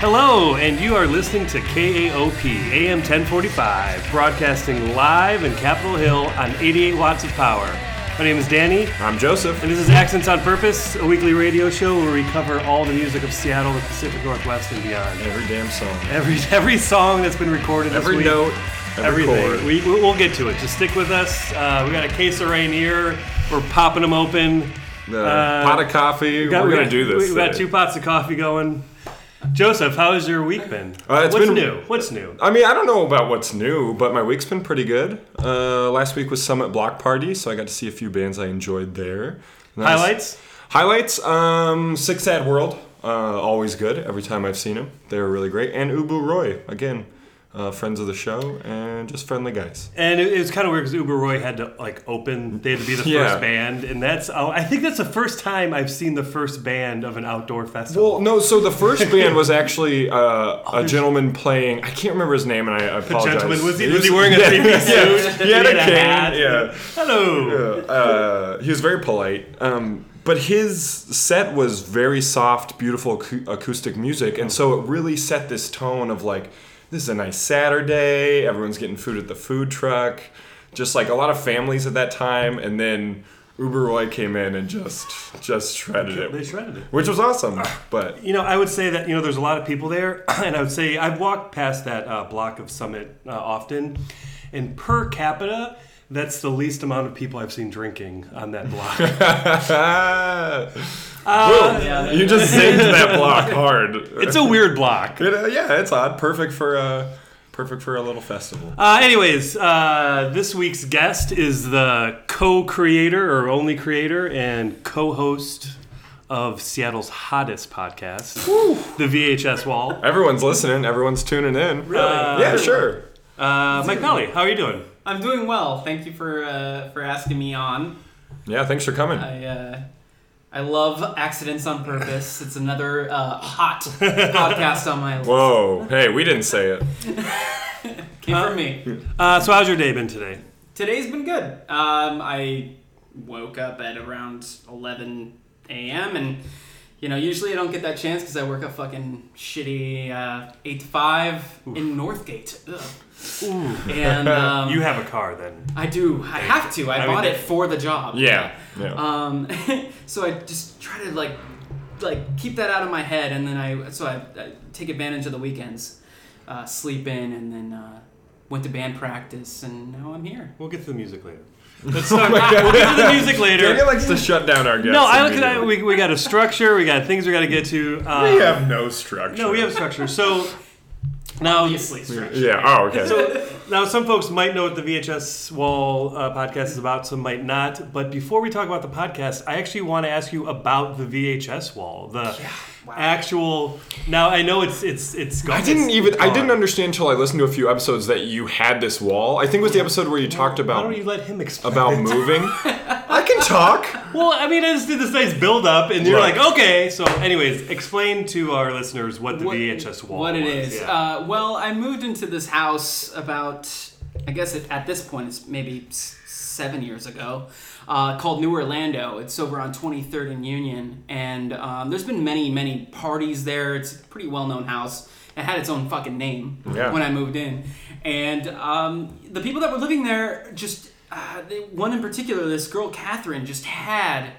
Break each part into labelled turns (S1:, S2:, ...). S1: Hello, and you are listening to KAOP AM 1045, broadcasting live in Capitol Hill on 88 watts of power. My name is Danny,
S2: I'm Joseph.
S1: and this is Accents on Purpose, a weekly radio show where we cover all the music of Seattle, the Pacific Northwest, and beyond.
S2: Every damn song.
S1: Every every song that's been recorded this
S2: Every
S1: week,
S2: note. Every
S1: everything.
S2: chord.
S1: We, we- we'll get to it. Just stick with us. Uh, we got a case of Rainier. We're popping them open.
S2: the
S1: Uh,
S2: pot of coffee.
S1: got-
S2: We're
S1: we
S2: gonna
S1: got-
S2: do this.
S1: We got
S2: today.
S1: two pots of coffee going. Joseph, how has your week been?
S2: Uh, it's
S1: What's
S2: been-
S1: new? What's new?
S2: I mean, I don't know about what's new, but my week's been pretty good. Uh, last week was Summit Block Party, so I got to see a few bands I enjoyed there. And I was-
S1: Highlights?
S2: Highlights: um, Six Sad World, uh, always good. Every time I've seen them, they're really great. And Ubu Roy, again, uh, friends of the show and just friendly guys.
S1: And it, it was kind of weird because Uber Roy had to like open. They had to be the
S2: Yeah.
S1: first band, and that's oh, I think that's the first time I've seen the first band of an outdoor festival.
S2: Well, no. So the first band was actually uh, a gentleman playing. I can't remember his name, and I, I apologize.
S1: Gentlemen, was he, was he wearing a
S2: yeah,
S1: three piece
S2: yeah.
S1: suit?
S2: He had a cane,
S1: hat.
S2: yeah.
S1: Hello.
S2: Uh, he was very polite. Um, but his set was very soft, beautiful acou- acoustic music, and so it really set this tone of like, this is a nice Saturday. Everyone's getting food at the food truck. Just like a lot of families at that time, and then Uber Roy came in and just just shredded
S1: They
S2: it,
S1: shredded it.
S2: which was awesome. But
S1: You know, I would say that you know there's a lot of people there, and I would say I've walked past that uh, block of Summit uh, often, and per capita, that's the least amount of people I've seen drinking on that block.
S2: Uh, Boom. You just zinged that block hard.
S1: it's a weird block.
S2: It, uh, yeah, it's odd. Perfect for a perfect for a little festival.
S1: Uh, anyways, uh, this week's guest is the co-creator or only creator and co-host of Seattle's hottest podcast, the VHS Wall.
S2: Everyone's listening. Everyone's tuning in. Really? yeah, sure.
S1: Uh, Mike Pelly, how are you doing?
S3: I'm doing well. Thank you for uh, for asking me on.
S2: Yeah, thanks for coming.
S3: I uh, I love accidents on purpose. It's another uh, hot podcast on my list.
S2: Whoa. Hey, we didn't say it.
S3: Came from me.
S1: Uh, so how's your day been today?
S3: Today's been good. Um, I woke up at around 11 a.m. and you know usually I don't get that chance because I work a fucking shitty uh, eight to five in Northgate. Ugh. And um,
S1: You have a car then.
S3: I do. I have to. I,
S1: I mean,
S3: bought
S1: they-
S3: it for the job.
S2: Yeah. Yeah.
S1: Uh,
S3: Um, so I just try to like, like keep that out of my head, and then I so I, I take advantage of the weekends, uh, sleep in, and then uh, went to band practice, and now I'm here.
S1: We'll get to the music later. Let's start. we'll get to the music later.
S2: Daniel likes to shut down our guests.
S1: No, I look at we,
S2: immediately.
S1: we got a structure. We got things we got to get to. Um,
S2: We have no structure.
S1: No, we have structure. So now,
S3: Obviously, stretch.
S2: Yeah. Oh, okay.
S1: now some folks might know what the VHS Wall uh, podcast is about. Some might not. But before we talk about the podcast, I actually want to ask you about the VHS Wall. The
S3: wow.
S1: actual. Now I know it's it's it's. Gone.
S2: I didn't
S1: it's
S2: even. I
S1: gone.
S2: didn't understand until I listened to a few episodes that you had this wall. I think it was the episode where you talked
S1: Why
S2: about
S1: don't you let him explain?
S2: about moving. I can talk.
S1: Well, I mean, I just did this nice build up, and you're
S2: Right.
S1: like, okay. So, anyways, explain to our listeners what the VHS wall
S3: What it
S1: was.
S3: is.
S1: Yeah.
S3: Uh, well, I moved into this house about, I guess it, at this point it's maybe s- seven years ago, uh, called New Orlando. It's over on 23rd and Union, and um, there's been many, many parties there. It's a pretty well known house. It had its own fucking name
S2: Yeah.
S3: when I moved in, and um, the people that were living there just. Uh, they- one in particular, this girl Catherine, just had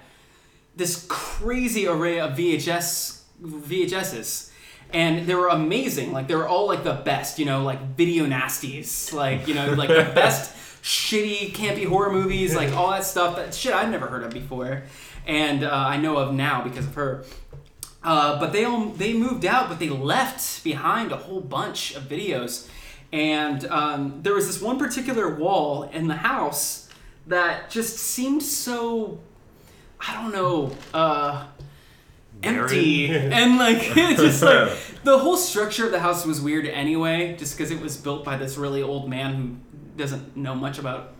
S3: this crazy array of VHS VHSs. And they were amazing. Like they were all like the best, you know, like video nasties, like you know, like the best shitty campy horror movies, like all that stuff. That shit I've never heard of before, and uh, I know of now because of her. Uh, but they all they moved out, but they left behind a whole bunch of videos, and um, there was this one particular wall in the house that just seemed so I don't know, uh, empty. and like, it's just like, the whole structure of the house was weird anyway, just because it was built by this really old man who doesn't know much about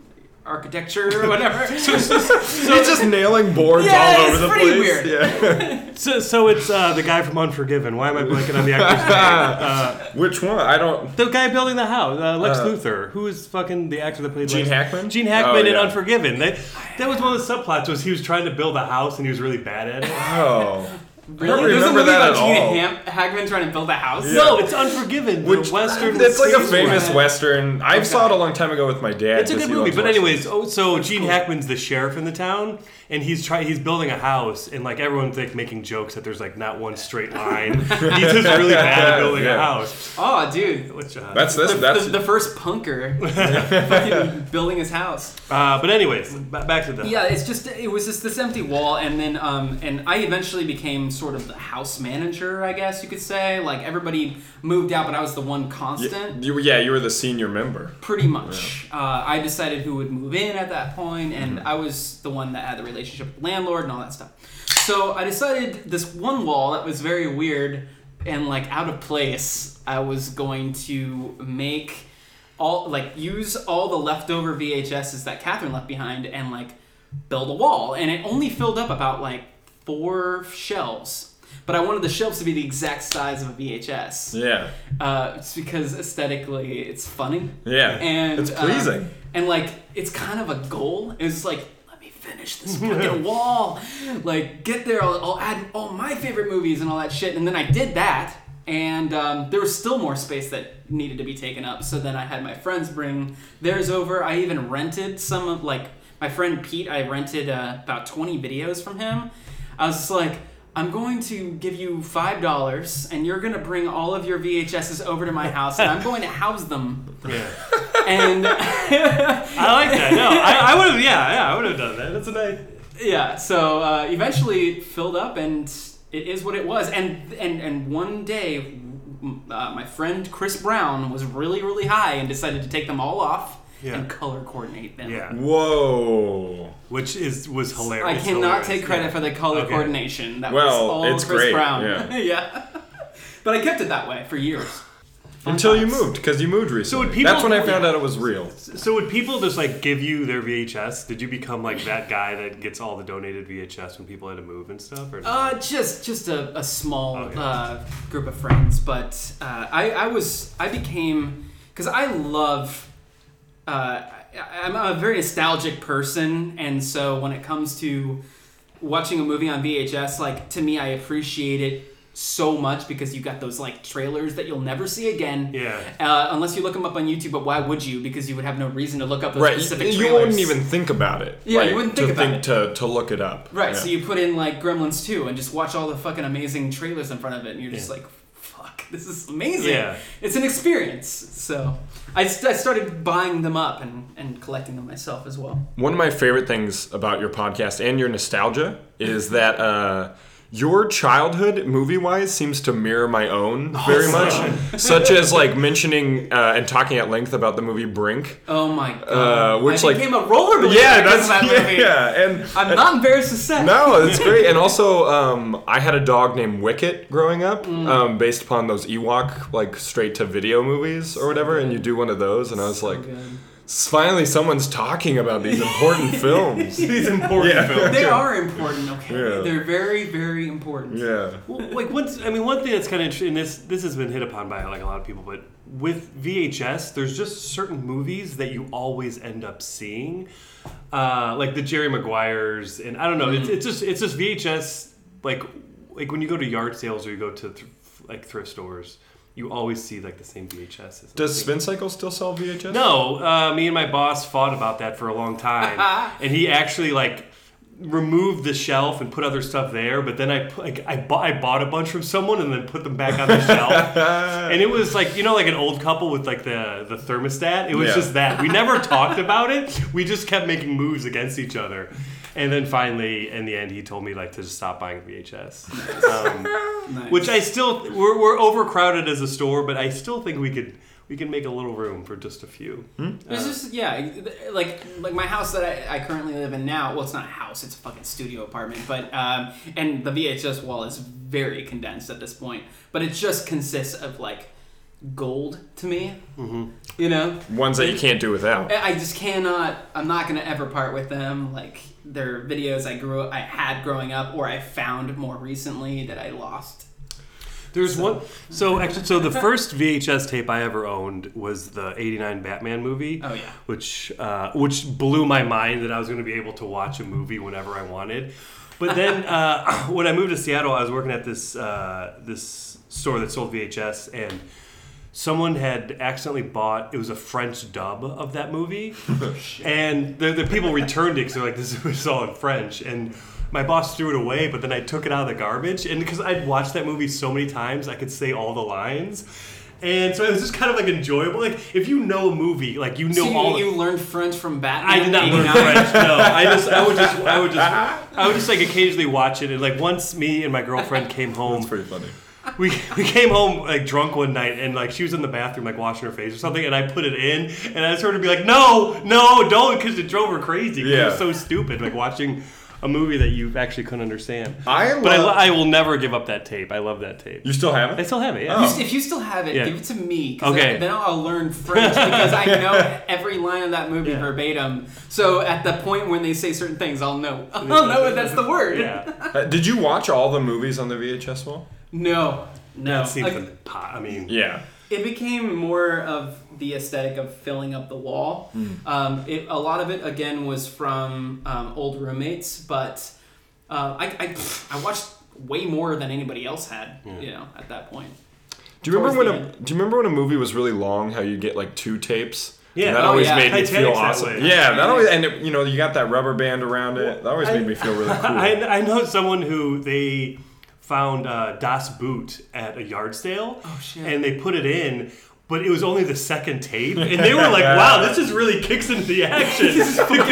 S3: architecture or whatever.
S2: He's just nailing boards
S3: Yeah,
S2: all over
S3: it's
S2: the
S3: pretty
S2: place.
S3: weird.
S2: Yeah.
S1: So, so it's uh, the guy from Unforgiven. Why am I blanking on the actor's name?
S2: Which one? I don't.
S1: The guy building the house, uh, Lex
S2: Uh,
S1: Luthor, who is fucking the actor that played
S2: Gene
S1: Lex-
S2: Hackman?
S1: Gene Hackman
S2: Oh,
S1: in
S2: yeah.
S1: Unforgiven. They, that was one of the subplots. Was he was trying to build a house and he was really bad at it.
S2: Oh.
S3: Really? There's a
S2: remember
S3: movie
S2: that
S3: about
S2: at
S3: Gina
S2: all.
S3: Ham- Hagman trying to build a house.
S1: No, Oh, it's Unforgiven.
S2: Which
S1: the Western.
S2: That's like a
S1: sequel.
S2: famous
S3: Yeah.
S2: western. I saw it a long time ago with my dad.
S1: It's a
S2: 'cause
S1: good
S2: he
S1: movie,
S2: loves
S1: but
S2: westerns.
S1: anyways, oh, so Gene Hackman's the sheriff in the town, and he's trying he's building a house, and like everyone's like making jokes that there's like not one straight line. he's just really bad at building a
S2: Yeah.
S1: house.
S3: Oh, dude.
S1: Which, uh,
S2: that's this. That's
S3: The, the first punker fucking building his house.
S1: uh, but anyways, b- back to the
S3: Yeah, it's just it was just this empty wall, and then um, and I eventually became sort of the house manager, I guess you could say. Like everybody moved out, but I was the one constant,
S2: you, yeah. You were the senior member.
S3: pretty much. Uh, I decided who would move in at that point, and I was the one that had the relationship with the landlord and all that stuff. So I decided this one wall that was very weird and like out of place. I was going to make all like use all the leftover VHSs that Catherine left behind and like build a wall and it only filled up about like four shelves but i wanted the shelves to be the exact size of a vhs
S2: Yeah,
S3: uh, it's because aesthetically it's funny
S2: yeah.
S3: and
S2: it's
S3: uh,
S2: pleasing.
S3: and like it's kind of a goal it's like let me finish this fucking wall like get there I'll, I'll add all my favorite movies and all that shit and then i did that and um, there was still more space that needed to be taken up so then i had my friends bring theirs over i even rented some of like my friend pete i rented uh, about 20 videos from him i was just like I'm going to give you five dollars, and you're gonna bring all of your VHSs over to my house, and I'm going to house them.
S1: Yeah.
S3: And
S1: I like that. No, I, I would have. Yeah, yeah, I would have done that. That's a nice.
S3: Yeah, so uh, eventually it filled up, and it is what it was. And and and one day, m- uh, my friend Chris Brown was really really high and decided to take them all off
S1: Yeah.
S3: and color coordinate them.
S1: Yeah,
S2: Whoa.
S1: which is was hilarious.
S3: I cannot
S1: hilarious.
S3: take credit
S1: Yeah.
S3: for the color
S1: Okay.
S3: coordination. That was
S2: Well,
S3: all
S2: it's
S3: Chris
S2: great,
S3: Brown.
S2: yeah.
S3: Yeah. but I kept it that way for years. Fun
S2: Until you
S3: times.
S2: moved, because you moved recently.
S1: would people-
S2: That's when I found out it was real.
S1: So would people just like give you their VHS? Did you become like that guy that gets all the donated VHS when people had to move and stuff? Or
S3: Uh, just just a, a small
S1: Okay.
S3: uh, group of friends, but uh, I I was I became because I love uh, I, I'm a very nostalgic person, and so when it comes to watching a movie on VHS, like to me, I appreciate it so much because you got those like trailers that you'll never see again.
S1: Yeah.
S3: Uh, unless you look them up on YouTube, but why would you? Because you would have no reason to look up those
S2: Right. You,
S3: specific
S2: you
S3: trailers.
S2: wouldn't even think about it.
S3: Yeah, you
S2: like,
S3: wouldn't
S2: to
S3: think about it.
S2: To, to look it up.
S3: Right,
S2: Yeah.
S3: so you put in like Gremlins 2 and just watch all the fucking amazing trailers in front of it, and you're just like, fuck, this is amazing.
S1: Yeah.
S3: It's an experience. So I, st- I started buying them up and, and collecting them myself as well.
S2: One of my favorite things about your podcast and your nostalgia is that uh, your childhood, movie wise, seems to mirror my own very much. Such as like mentioning uh, and talking at length about the movie Brink.
S3: Oh my
S2: Uh,
S3: god.
S2: which,
S3: I
S2: like-
S3: became a rollerblader
S2: Yeah,
S3: because
S2: that's
S3: of that
S2: yeah,
S3: movie.
S2: yeah. And
S3: I'm not embarrassed to say.
S2: No, it's great. And also, um, I had a dog named Wicket growing up,
S3: Mm.
S2: um, based upon those Ewok like straight to video movies or whatever. And you do one of those, and I was like,
S3: good.
S2: "S- finally, someone's talking about these important films.
S1: these important
S2: Yeah.
S1: films.
S3: They are important, okay?
S2: Yeah.
S3: They're very, very important.
S2: Yeah,
S1: Well, like once I mean, one thing that's kind of interesting. And this this has been hit upon by like a lot of people, but with VHS, there's just certain movies that you always end up seeing, uh, like the Jerry Maguires, and I don't know.
S3: Mm-hmm.
S1: It's, it's just it's just VHS. Like like when you go to yard sales or you go to thr like thrift stores, you always see like the same VHS.
S2: does Spin Cycle still sell VHS?
S1: No, uh, me and my boss fought about that for a long time, and he actually like removed the shelf and put other stuff there. But then I put, like I bought I bought a bunch from someone and then put them back on the shelf, and it was like you know like an old couple with like the the thermostat. It was
S2: Yeah.
S1: just that we never talked about it. We just kept making moves against each other. And then finally, in the end, he told me like to just stop buying VHS, um,
S3: Nice.
S1: which I still we're, we're overcrowded as a store, but I still think we could we can make a little room for just a few.
S3: There's
S1: Uh,
S3: just yeah, e, like like my house that I, I currently live in now. Well, it's not a house; it's a fucking studio apartment. But um, and the VHS wall is very condensed at this point. But it just consists of like gold to me. Mm-hmm. You know,
S2: ones that you can't do without.
S3: I I just cannot. I'm not gonna ever part with them. Like they're videos I grew, I had growing up, or I found more recently that I lost.
S1: There's one. So actually, so the first VHS tape I ever owned was the '89 Batman movie.
S3: Oh, yeah.
S1: which uh, which blew my mind that I was going to be able to watch a movie whenever I wanted. But then uh, when I moved to Seattle, I was working at this uh, this store that sold VHS, and someone had accidentally bought it was a French dub of that movie, and the, the people returned it because they're like, "This was all in French," and my boss threw it away. But then I took it out of the garbage, and because I'd watched that movie so many times, I could say all the lines. And so it was just kind of like enjoyable. Like if you know a movie, like you know
S3: So
S1: all.
S3: you, you learned French from Batman.
S1: I did not learn
S3: 89?
S1: French. No, I just, I would just, I would just, I would just like occasionally watch it. And like once, me and my girlfriend came home.
S2: It's pretty funny.
S1: We we came home like drunk one night, and like she was in the bathroom like washing her face or something, and I put it in, and I just heard her be like, "No, no, don't," because it drove her crazy. 'cause It
S2: Yeah.
S1: was so stupid, like watching a movie that you actually couldn't understand.
S2: I
S1: but I,
S2: love-
S1: lo- I will never give up that tape. I love that tape.
S2: Oh, You still have
S1: I
S2: it?
S1: still have it. Yeah.
S2: Oh.
S3: You s- If you still have it,
S1: Yeah.
S3: give it to me. 'cause
S1: Okay.
S3: then- Then I'll learn French because I know every line of that movie
S1: Yeah.
S3: verbatim. So at the point when they say certain things, I'll know. I'll know if that's the word.
S1: Yeah.
S2: Uh, did you watch all the movies on the VHS wall?
S3: No. No.
S1: That seems
S3: Like,
S1: like, pot. I mean,
S2: Yeah.
S3: it became more of the aesthetic of filling up the wall.
S1: Hmm.
S3: Um, it, a lot of it, again, was from um, old roommates, but uh, I, I, I watched way more than anybody else had, you know, at that point.
S2: Do you remember when
S3: Towards the
S2: a Do you remember when a movie was really long? How you get like two tapes?
S1: Yeah.
S2: And that
S1: Oh,
S2: always
S3: yeah.
S2: made me feel
S1: Titanic's that
S2: awesome.
S1: way.
S2: Yeah, that always and it, you know you got that rubber band around it. That always
S1: I-
S2: made me feel really cool.
S1: I, I know someone who they found uh, Das Boot at a yard sale,
S2: Oh,
S3: shit.
S1: and they put it in. But it was only the second tape, and they were like, "Wow, this just really kicks into the action." like,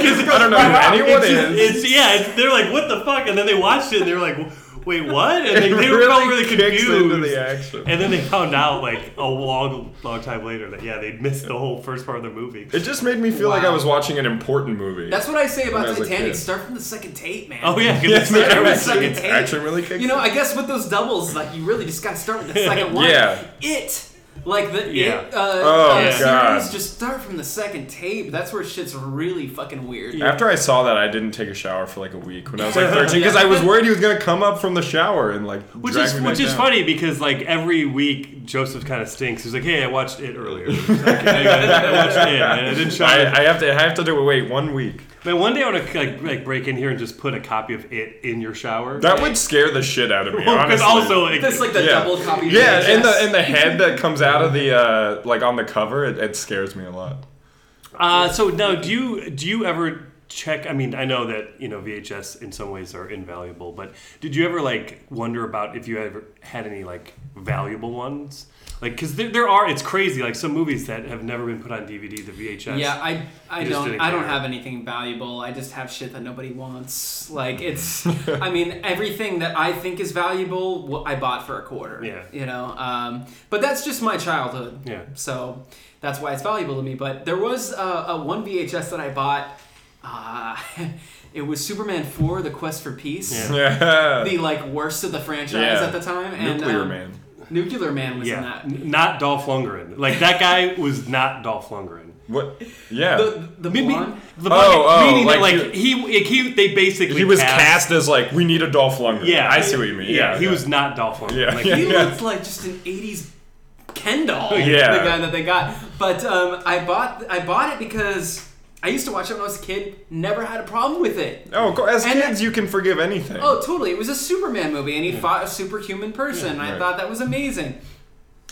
S1: it's,
S2: I don't know who anyone
S1: it's, just-
S2: is.
S1: it's- yeah, it's, they're like, "What the fuck?" And then they watched it, and they were like, "Wait, what?" And they,
S2: It
S1: they were all really
S2: kicks
S1: confused.
S2: into the action.
S1: And then they found out like a long, long time later that yeah, they missed the whole first part of the movie.
S2: It just made me feel like I
S3: Wow.
S2: was watching an important movie.
S3: That's what I say
S2: I
S3: about
S2: was a
S3: Titanic.
S2: kid.
S3: Start from the second tape, man.
S1: Oh yeah, 'cause
S2: Yeah,
S1: it's the
S2: it
S1: every
S2: was-
S1: second
S2: it's
S1: tape.
S2: actually really kicks.
S3: You know, I guess with those doubles, like you really just gotta start with the second one.
S2: Yeah.
S3: It, like the
S1: Yeah.
S3: it, uh,
S2: Oh,
S3: uh,
S1: yeah.
S2: God.
S3: series, just start from the second tape. That's where shit's really fucking weird.
S2: After I saw that, I didn't take a shower for like a week when I was like 13 because I was worried he was gonna come up from the shower and like
S1: Which
S2: drag
S1: is
S2: me back
S1: which is
S2: down.
S1: funny because like every week Joseph kind of stinks. He's like, "Hey, I watched it earlier. He's like, I, I watched it. And I didn't show
S2: I,
S1: it."
S2: I have to I have to do wait one week.
S1: Man, one day I want to like, like break in here and just put a copy of it in your shower.
S2: That would scare the shit out of me.
S1: because
S2: honestly.
S1: also it,
S3: That's like the
S2: Yeah.
S3: double copy.
S2: Yeah,
S3: VHS.
S2: and the and the head that comes out of the uh, like on the cover, it, it scares me a lot.
S1: uh, so now do you do you ever check? I mean, I know that you know VHS in some ways are invaluable, but did you ever like wonder about if you ever had any like valuable ones? Like, because there, there are, it's crazy. Like some movies that have never been put on DVD, the VHS.
S3: Yeah, I I
S1: You just
S3: don't
S1: didn't
S3: I don't
S1: care.
S3: have anything valuable. I just have shit that nobody wants. Like
S1: Mm-hmm.
S3: it's I mean everything that I think is valuable wh- I bought for a quarter.
S1: Yeah.
S3: You know, um, but that's just my childhood.
S1: Yeah.
S3: So that's why it's valuable to me. But there was a, a one VHS that I bought. Uh, it was Superman 4: The Quest for Peace.
S2: Yeah,
S3: The like worst of the franchise
S2: Yeah.
S3: at the time. And,
S2: Nuclear
S3: um,
S2: Man.
S3: Nuclear Man was in
S1: Yeah,
S3: that.
S1: n- not Dolph Lundgren. Like that guy was not Dolph Lundgren.
S2: What? Yeah,
S3: The the
S1: Me- me-
S3: blonde.
S1: the
S2: Oh, oh,
S1: meaning that
S2: like
S1: like he, like, he they basically
S2: he was cast as like we need a Dolph Lundgren.
S1: Yeah,
S2: I see what you mean. Yeah,
S1: he
S2: yeah.
S1: was not Dolph Lundgren.
S2: Yeah,
S1: Like,
S2: yeah.
S3: He looked like just an '80s Ken doll.
S2: Yeah.
S3: the guy that they got. But um, I bought I bought it because I used to watch it when I was a kid. Never had a problem with it.
S2: Oh, go- as
S3: And-
S2: kids, you can forgive anything.
S3: Oh, totally. It was a Superman movie, and he fought a superhuman person. I
S2: Hmm. right.
S3: thought that was amazing.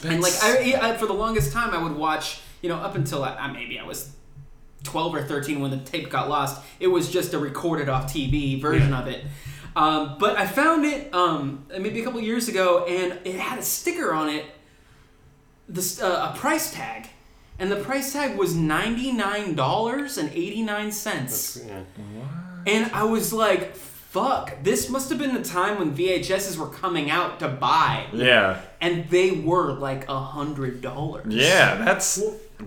S3: And like I, I, for the longest time, I would watch. You know, up until I, I, maybe I was. 12 or 13 when the tape got lost it was just a recorded off tv version of it um, but i found it um, maybe a couple years ago and it had a sticker on it this uh, a price tag and the price tag was $99.89
S1: yeah.
S3: and i was like fuck this must have been the time when vhs's were coming out to buy
S2: yeah,
S3: and they were like a hundred dollars
S2: yeah. That's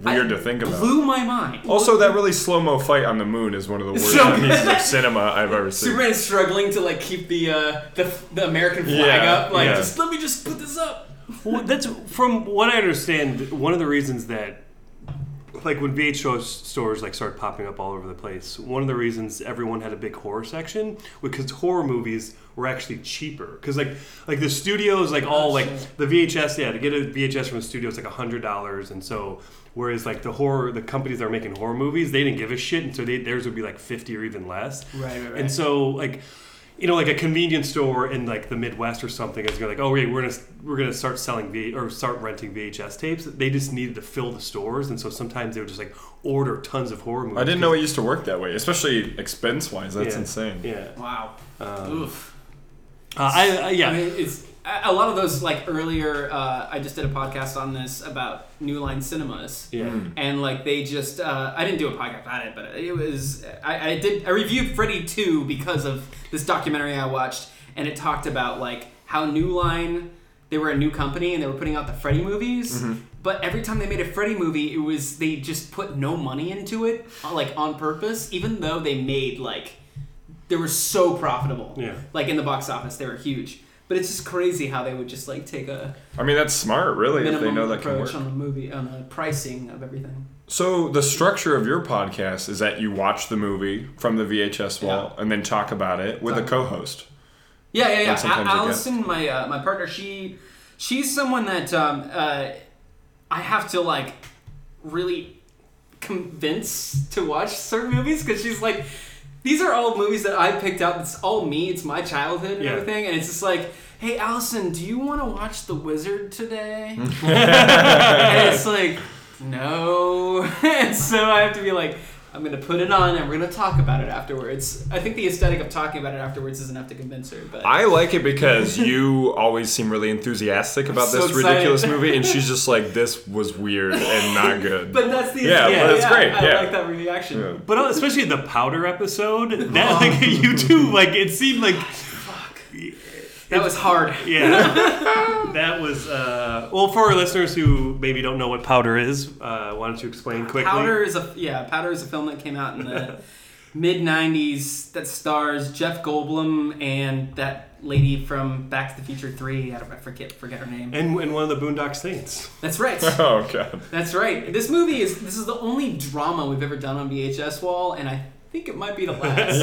S2: weird to think about. Oh,
S3: blew my mind
S2: Also, that really slow mo fight on the moon is one of the worst
S3: So-
S2: pieces of cinema I've ever seen.
S3: Superman is struggling to like keep the uh, the, the American flag
S2: Yeah,
S3: up. Like,
S2: yeah.
S3: just let me just put this up.
S1: Well, that's from what I understand. One of the reasons that, like, when VHS stores like started popping up all over the place, one of the reasons everyone had a big horror section because horror movies were actually cheaper. Because like, like the studios, like all like the VHS, yeah, to get a VHS from the studio is like hundred dollars, and so. Whereas like the horror, the companies that are making horror movies, they didn't give a shit, and so they, theirs would be like fifty or even less.
S3: Right, right, right.
S1: And so like you know, like a convenience store in like the Midwest or something is gonna like, oh wait, we're gonna we're gonna start selling v- or start renting VHS tapes. They just needed to fill the stores, and so sometimes they would just like order tons of horror movies.
S2: I didn't know it used to work that way, especially expense wise. That's
S1: Yeah.
S2: insane.
S1: Yeah,
S3: Wow.
S2: Um,
S3: Oof.
S1: uh, I, I yeah.
S3: I mean, it's a a lot of those like earlier. Uh, I just did a podcast on this about New Line Cinemas.
S1: Yeah. Mm.
S3: And like they just, uh, I didn't do a podcast on it, but it was I, I did I reviewed Freddy Two because of this documentary I watched, and it talked about like how New Line they were a new company and they were putting out the Freddy movies. But every time they made a Freddy movie, it was they just put no money into it, uh, like on purpose, even though they made like they were so profitable.
S1: Yeah.
S3: Like in the box office, they were huge. But it's just crazy how they would just like take a
S2: I mean, that's smart, really, if they
S3: minimum
S2: know that can
S3: approach
S2: work.
S3: on the movie on the pricing of everything.
S2: So the structure of your podcast is that you watch the movie from the VHS wall and then talk about it with a co-host.
S3: Yeah, yeah, yeah.
S2: And sometimes
S3: A-
S2: I get-
S3: Allison, my uh, my partner, she she's someone that um, uh, I have to like really convince to watch certain movies because she's like, these are all movies that I picked out. It's all me. It's my childhood and
S1: Yeah.
S3: everything. And it's just like, hey, Allison, do you want to watch The Wizard today? and it's like, no. and so I have to be like, I'm gonna put it on and we're gonna talk about it afterwards. I think the aesthetic of talking about it afterwards is enough to convince her, but
S2: I like it because you always seem really enthusiastic about
S3: so
S2: this
S3: excited.
S2: ridiculous movie, and she's just like, "This was weird and not good."
S3: but that's the
S2: Yeah,
S3: yeah,
S2: but it's
S3: yeah,
S2: great,
S3: I
S2: yeah.
S3: like that reaction.
S2: Yeah.
S1: But uh, especially the powder episode, that like
S3: Oh.
S1: you two like it seemed like
S3: That was hard.
S1: yeah, that was uh, well for our listeners who maybe don't know what powder is. Uh, why don't you explain quickly?
S3: Ah, Powder is a yeah, Powder is a film that came out in the mid '90s that stars Jeff Goldblum and that lady from Back to the Future Three. I, don't, I forget forget her name.
S1: and and one of the Boondock Saints.
S3: That's right.
S2: oh god.
S3: That's right. This movie is this is the only drama we've ever done on VHS wall, and I think it might be the last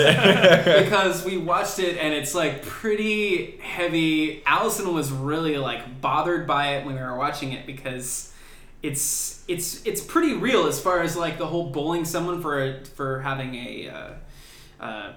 S3: because we watched it and it's like pretty heavy. Allison was really like bothered by it when we were watching it because it's it's it's pretty real as far as like the whole bullying someone for a, for having a. Uh, uh,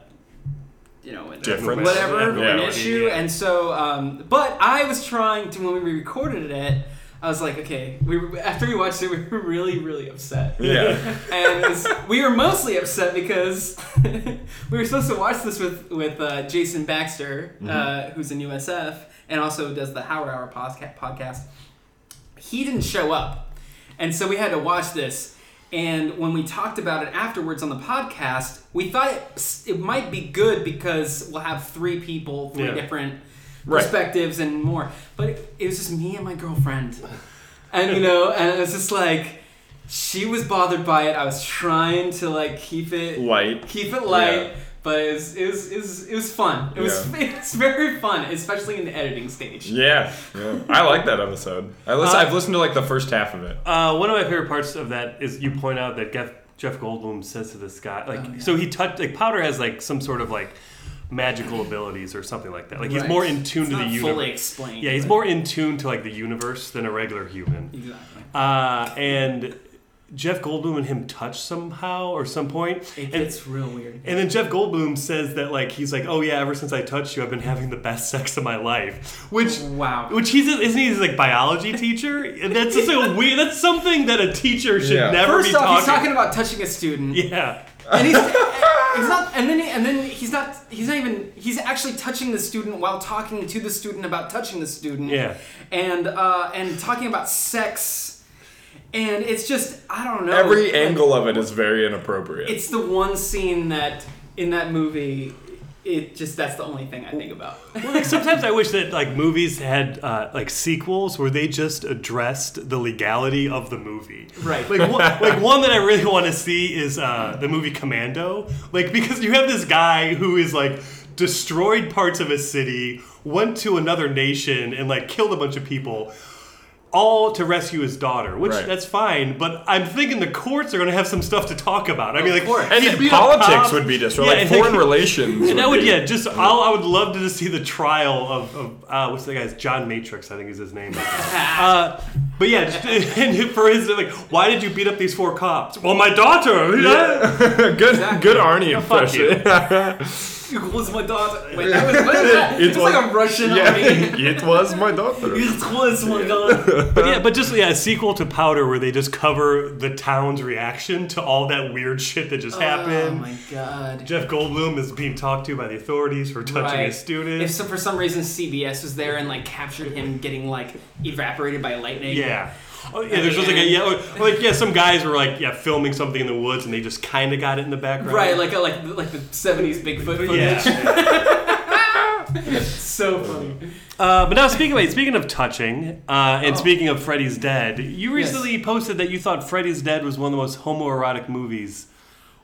S3: you know, an-
S2: Difference.
S3: whatever,
S2: Yeah.
S3: an
S2: Yeah.
S3: issue,
S1: Yeah.
S3: and so, um, but I was trying to when we recorded it. I was like, okay, we were, after we watched it, we were really, really upset,
S2: Yeah.
S3: and it was- we were mostly upset because we were supposed to watch this with with uh, Jason Baxter, uh, who's in USF and also does the Howard Hour podca- podcast. He didn't show up, and so we had to watch this. And when we talked about it afterwards on the podcast, we thought it, it might be good because we'll have three people, three
S1: Yeah.
S3: different
S2: Right.
S3: perspectives and more. But it, it was just me and my girlfriend. And you know, and it was just like she was bothered by it. I was trying to like keep it
S2: Light.
S3: keep it light,
S2: Yeah.
S3: but it was, it was it was it was fun. It was
S2: Yeah.
S3: it was very fun, especially in the editing stage.
S2: Yeah. yeah. I like that episode. I listen,
S1: Uh,
S2: I've listened to like the first half of it.
S1: Uh, one of my favorite parts of that is you point out that Jeff, Jeff Goldblum says to this guy,
S3: Oh,
S1: like, so he touched, like, Powder has, like, some sort of, like, magical abilities or something like that. Like, he's
S3: Right.
S1: more in tune
S3: It's
S1: to the
S3: not
S1: universe.
S3: fully explained.
S1: yeah, he's
S3: but-
S1: more in tune to, like, the universe than a regular human.
S3: exactly.
S1: Uh, and Jeff Goldblum and him touch somehow or some point.
S3: It
S1: and
S3: gets real weird.
S1: and then Jeff Goldblum says that like he's like, oh yeah, ever since I touched you, I've been having the best sex of my life. Which
S3: Wow.
S1: which he's isn't he his like biology teacher? And That's just a weird. That's something that a teacher should
S2: Yeah.
S1: never
S3: First
S1: be
S3: off,
S1: talking.
S3: he's talking about touching a student.
S1: yeah,
S3: and he's, he's not and then and then he's not he's not even he's actually touching the student while talking to the student about touching the student
S1: Yeah.
S3: and uh and talking about sex and it's just i don't know
S2: Every
S3: like,
S2: angle of it is very inappropriate.
S3: it's the one scene that in that movie it just that's the only thing i think about
S1: well, like sometimes I wish that like movies had uh, like sequels where they just addressed the legality of the movie.
S3: Right.
S1: Like one, like one that I really want to see is uh, the movie Commando. Like because you have this guy who is like destroyed parts of a city, went to another nation and like killed a bunch of people. All to rescue his daughter, which
S2: Right.
S1: that's fine, but I'm thinking the courts are going to have some stuff to talk about. I mean, like,
S3: course.
S2: and
S1: he
S2: then
S1: beat a
S2: politics
S1: cop.
S2: would be just
S1: Yeah,
S2: like
S1: and,
S2: foreign relations.
S1: and that would
S2: be-
S1: yeah, just I'll, I would love to just see the trial of, of uh, what's the guy's John Matrix I think is his name. uh, but yeah, just, and for his like, why did you beat up these four cops? Well, my daughter. Yeah.
S2: good, good Arnie
S1: Fuck you.
S2: impression.
S3: It was my daughter. Wait, that was, what is that? It's, like I'm Russian already.
S2: it was my daughter.
S3: It was my daughter.
S1: But yeah, but just yeah, a sequel to Powder where they just cover the town's reaction to all that weird shit that just
S3: Oh
S1: happened.
S3: my god.
S1: Jeff Goldblum is being talked to by the authorities for touching
S3: Right.
S1: a student.
S3: If so, for some reason CBS was there and like captured him getting like evaporated by lightning.
S1: Yeah. Oh, yeah, there's just like a, yeah, or- or like yeah, some guys were like yeah, filming something in the woods, and they just kind of got it in the background.
S3: Right, like a, like like the '70s Bigfoot footage.
S1: yeah.
S3: so funny.
S1: uh, but now speaking wait, speaking of touching, uh, and speaking of Freddy's Dead, you
S3: Oh. Yes.
S1: recently posted that you thought Freddy's Dead was one of the most homoerotic movies.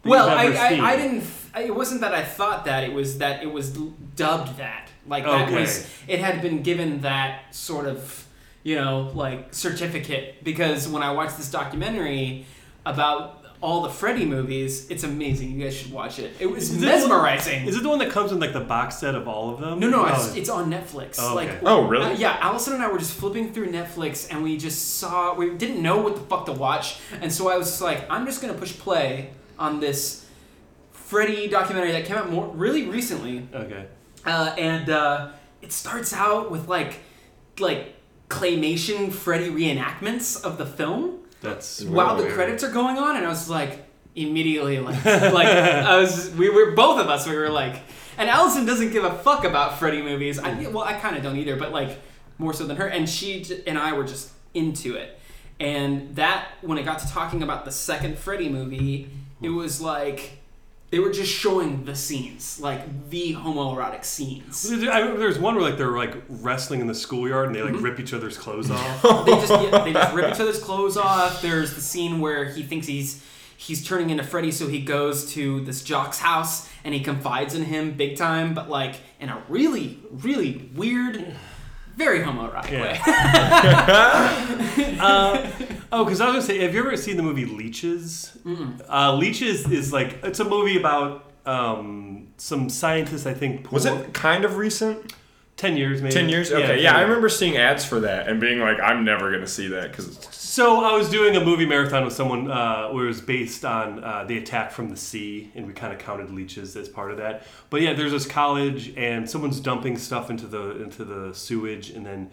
S1: that
S3: Well,
S1: you've
S3: I,
S1: ever seen.
S3: I, I didn't. I, it wasn't that I thought that. It was that it was l- dubbed that. Like that
S1: Okay.
S3: was. It had been given that sort of, you know, like certificate because when I watched this documentary about all the Freddy movies, it's amazing. You guys should watch it. It was
S1: Is it-
S3: mesmerizing.
S1: Is it the one that comes in like the box set of all of them?
S3: no, no,
S1: Oh.
S3: it's, it's on Netflix.
S1: Oh,
S3: Like,
S1: okay.
S2: Oh, really?
S3: Uh, yeah, Allison and I were just flipping through Netflix and we just saw we didn't know what the fuck to watch, and so I was just like, I'm just gonna push play on this Freddy documentary that came out more really recently,
S1: okay.
S3: uh, and uh, it starts out with like like claymation Freddy reenactments of the film
S1: That's
S3: while the
S2: Weird.
S3: credits are going on, and I was like, immediately, like, like I was, we were both of us, we were like, and Allison doesn't give a fuck about Freddy movies. I well, I kind of don't either, but like more so than her, and she j- and I were just into it, and that when it got to talking about the second Freddy movie, it was like. They were just showing the scenes, like the homoerotic scenes.
S1: I, there's one where like they're like wrestling in the schoolyard and they
S3: Mm-hmm.
S1: like rip each other's clothes off.
S3: they just yeah, they just rip each other's clothes off. There's the scene where he thinks he's he's turning into Freddy, so he goes to this jock's house and he confides in him big time, but like in a really really weird, very homoerotic way.
S1: Yeah. uh, oh, because I was gonna say, have you ever seen the movie Leeches? Uh, Leeches is like it's a movie about um, some scientists. I think
S2: Was it kind of recent?
S1: ten years? Maybe
S2: Ten years? Okay, yeah,
S1: 10
S2: I
S1: years.
S2: remember seeing ads for that and being like, I'm never gonna see that because
S1: So I was doing a movie marathon with someone uh, where it was based on uh, the attack from the sea, and we kind of counted leeches as part of that. But yeah, there's this college, and someone's dumping stuff into the into the sewage, and then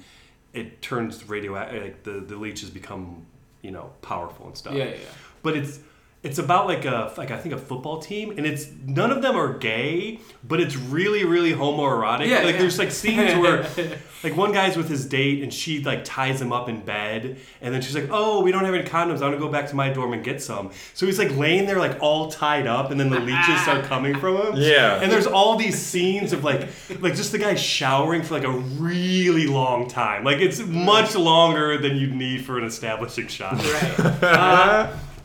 S1: it turns radio uh, like the the leeches become you know powerful and stuff.
S3: Yeah, yeah, yeah.
S1: But it's it's about like a like I think a football team, and it's none of them are gay, but it's really really homoerotic.
S3: Yeah,
S1: like
S3: yeah.
S1: there's like scenes where like one guy's with his date and she like ties him up in bed and then she's like, "Oh, we don't have any condoms. I'm gonna go back to my dorm and get some." So he's like laying there like all tied up, and then the leeches start coming from him.
S2: Yeah.
S1: And there's all these scenes of like like just the guy showering for like a really long time. Like it's much longer than you'd need for an establishing shot. Uh,
S3: Right.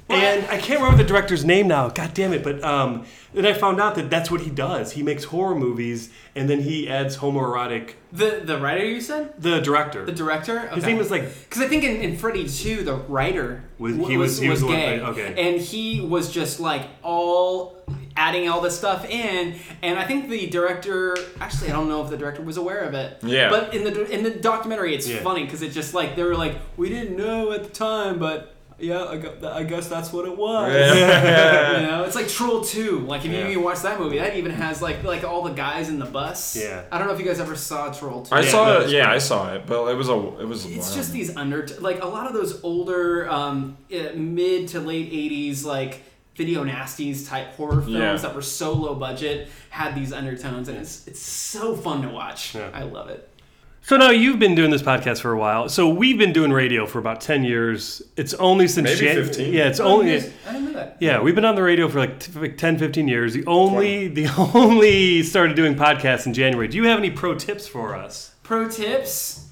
S1: And I can't remember the director's name now. God damn it! But um, then I found out that that's what he does. He makes horror movies, and then he adds homoerotic.
S3: The the writer you said
S1: The director.
S3: the director. Okay.
S1: His name is like
S3: Because I think in, in Freddy 2, the writer
S1: Was-
S3: w-
S1: he was- he was the one-
S3: gay,
S1: okay.
S3: and he was just like all adding all this stuff in, and I think the director actually I don't know if the director was aware of it.
S2: Yeah.
S3: But in the in the documentary, it's
S1: Yeah.
S3: funny because it's just like they were like we didn't know at the time, but yeah, I, gu- I guess that's what it was. you know, it's like Troll 2. Like if
S1: Yeah.
S3: you even watch that movie, that even has like like all the guys in the bus.
S1: Yeah.
S3: I don't know if you guys ever saw Troll 2.
S2: I
S1: Yeah,
S2: saw
S1: no,
S2: it. Yeah, I saw it, but it was a it was. a
S3: It's
S2: while.
S3: just these under like a lot of those older um, eh, mid to late '80s like video nasties type horror films
S2: Yeah.
S3: that were so low budget had these undertones, and it's it's so fun to watch.
S1: Yeah.
S3: I love it.
S1: So now you've been doing this podcast for a while. So we've been doing radio for about ten years. It's only since
S2: Maybe
S1: Jan-
S2: 15.
S1: Yeah, it's
S3: I
S1: only
S3: didn't know- I didn't know that.
S1: yeah. We've been on the radio for like, t- like 10, 15 years. The only the only started doing podcasts in January. Do you have any pro tips for us?
S3: Pro tips: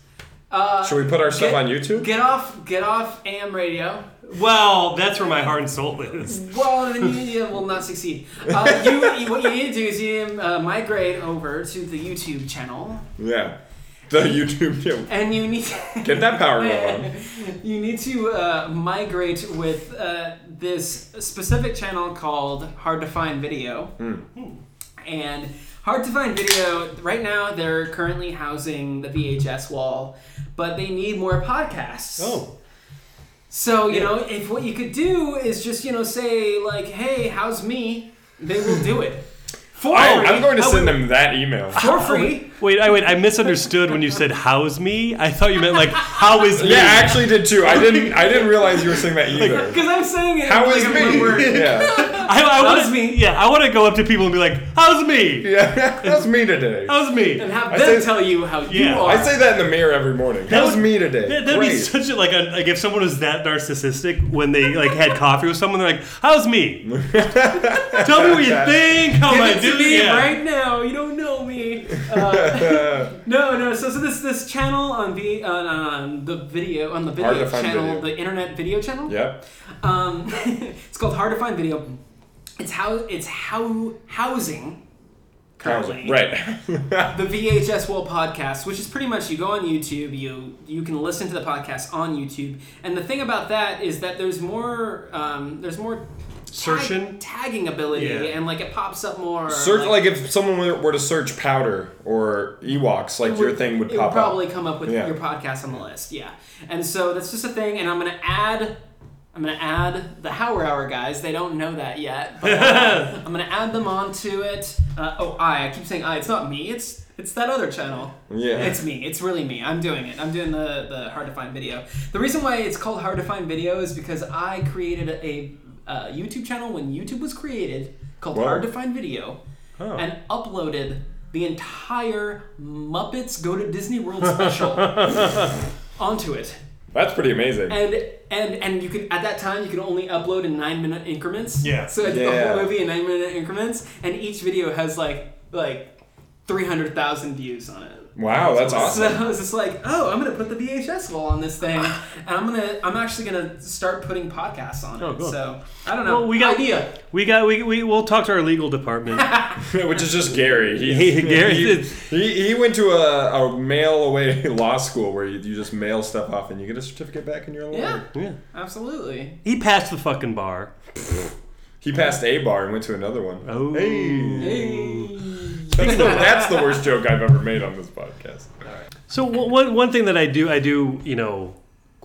S3: uh,
S2: Should we put our stuff
S3: Get-
S2: on YouTube?
S3: get off get off AM radio.
S1: Well, that's where my heart and soul is.
S3: Well, then you, you will not succeed. Uh, you, you- what you need to do is you need to uh, migrate over to the YouTube channel,
S2: yeah, the YouTube. yeah.
S3: and you need. To
S2: Get that power on.
S3: you need to uh, migrate with uh, this specific channel called Hard to Find Video.
S2: Hmm.
S3: And Hard to Find Video, right now, they're currently housing the VHS wall, but they need more podcasts.
S2: Oh.
S1: Oh.
S3: So, you know, if what you could do is just, you know, say, like, hey, how's me? They will do it. For
S2: I,
S3: free.
S2: Oh, I'm going to
S3: I
S2: send
S3: would-
S2: them that email.
S3: for free.
S1: Wait, I wait. I misunderstood when you said "How's me." I thought you meant like "How is me?"
S2: Yeah, I actually did too. I didn't. I didn't realize you were saying that either.
S3: Because I'm saying it.
S2: How
S3: like
S2: is
S3: a one word.
S2: me? Yeah,
S1: I, I wanna,
S3: How's me?
S1: Yeah, I want to go up to people and be like, "How's me?
S2: yeah. How's me today?
S1: How's me?" That,
S3: And have
S2: I
S3: them
S2: say-
S3: tell you how you
S1: Yeah.
S3: are.
S2: I say that in the mirror every morning. How's
S1: would-
S2: me today?
S1: that'd be
S2: Great.
S1: such a like a, like if someone was that narcissistic when they like had coffee with someone, they're like, "How's me? Tell me what you think. How am
S3: Give
S1: I
S3: it to
S1: doing?"
S3: me
S1: Yeah.
S3: right now. You don't know me. Uh, no, no. So, so this this channel on the on, on the video on the
S2: Hard
S3: video
S2: to find
S3: channel,
S2: video.
S3: the internet video channel.
S2: Yep.
S3: Um, it's called Hard to Find Video. It's how it's how housing currently
S2: Right.
S3: the VHS Wall podcast, which is pretty much you go on YouTube, you you can listen to the podcast on YouTube, and the thing about that is that there's more um, there's more
S1: Searching?
S3: tagging ability,
S1: Yeah.
S3: and like it pops up more.
S2: Search like if someone were- were to search powder or Ewoks, like your thing would
S3: it
S2: pop
S3: would probably
S2: up.
S3: come up with
S2: Yeah.
S3: your podcast on the list yeah and so that's just a thing and i'm gonna add i'm gonna add the Howard hour guys they don't know that yet but uh, i'm gonna add them onto it uh, oh i i keep saying i it's not me it's it's that other channel
S2: Yeah.
S3: it's me it's really me i'm doing it i'm doing the the hard to find video the reason why it's called hard to find video is because i created a, uh youtube channel when youtube was created called
S2: Wow.
S3: hard to find video and uploaded the entire Muppets Go to Disney World special onto it.
S2: That's pretty amazing.
S3: And and and you could at that time you could only upload in nine minute increments.
S1: Yeah.
S3: So I did the
S2: Yeah.
S3: whole movie in nine minute increments, and each video has like like three hundred thousand views on it.
S2: Wow, that's
S3: So
S2: awesome.
S3: I was just like, oh, I'm gonna put the VHS wall on this thing, and I'm gonna I'm actually gonna start putting podcasts on it.
S1: Oh, cool.
S3: So I don't know.
S1: Well, we got-
S3: idea.
S1: We got we we will talk to our legal department.
S2: Which is just Gary. He's-
S1: He- Gary-
S2: he, he, he went to a, a mail away law school where you, you just mail stuff off and you get a certificate back in your own
S3: Yeah,
S1: yeah.
S3: absolutely.
S1: He passed the fucking bar.
S2: He passed a bar and went to another one.
S1: Oh.
S2: Hey.
S3: Hey.
S2: That's the, that's the worst joke I've ever made on this podcast.
S1: So one- one one thing that I do I do you know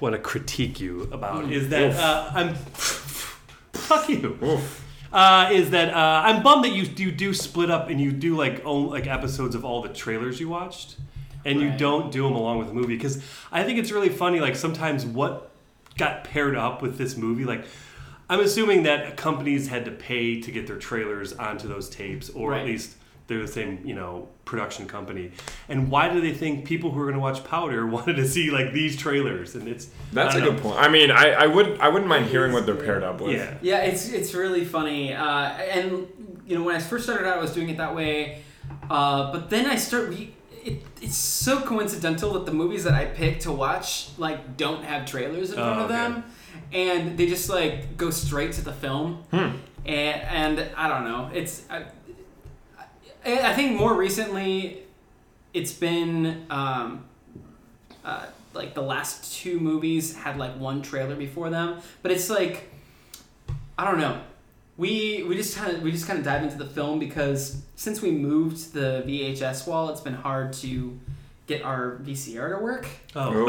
S1: want to critique you
S3: Mm.
S1: about is that
S2: Oof.
S1: uh, I'm fuck you.
S2: Oof.
S1: Uh, is that uh, I'm bummed that you you do split up and you do like own, like episodes of all the trailers you watched, and you
S3: Right.
S1: don't do them along with the movie because I think it's really funny like sometimes what got paired up with this movie like. I'm assuming that companies had to pay to get their trailers onto those tapes, or
S3: Right.
S1: at least they're the same, you know, production company. And why do they think people who are going to watch Powder wanted to see like these trailers? And it's
S2: That's
S1: I
S2: a
S1: don't
S2: good
S1: know.
S2: point. I mean, I, I would I wouldn't mind hearing what they're paired up with.
S1: Yeah.
S3: Yeah, it's it's really funny, uh, and you know when I first started out, I was doing it that way, uh, but then I start. We, it, it's so coincidental that the movies that I pick to watch like don't have trailers in front
S1: Oh,
S3: of them, and they just like go straight to the film, and, and I don't know. It's I, I I think more recently, it's been. Um, uh, like the last two movies had like one trailer before them, but it's like I don't know. We we just kind of we just kind of dive into the film because since we moved the VHS wall, it's been hard to get our VCR to work
S1: Oh.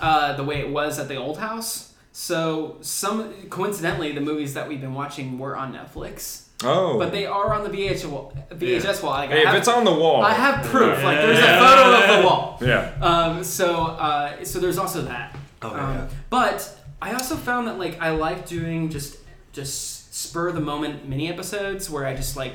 S3: uh, the way it was at the old house. So some coincidentally, the movies that we've been watching were on Netflix,
S2: Oh.
S3: but they are on the VHS wall. VHS wall. Like,
S2: hey,
S3: I,
S2: if
S3: have,
S2: it's on the wall.
S3: I have proof. Like there's a photo of the wall.
S2: Yeah.
S3: Um, so uh, so there's also that.
S1: Oh,
S3: um,
S1: yeah.
S3: But I also found that like I like doing just just spur of the moment mini episodes where I just like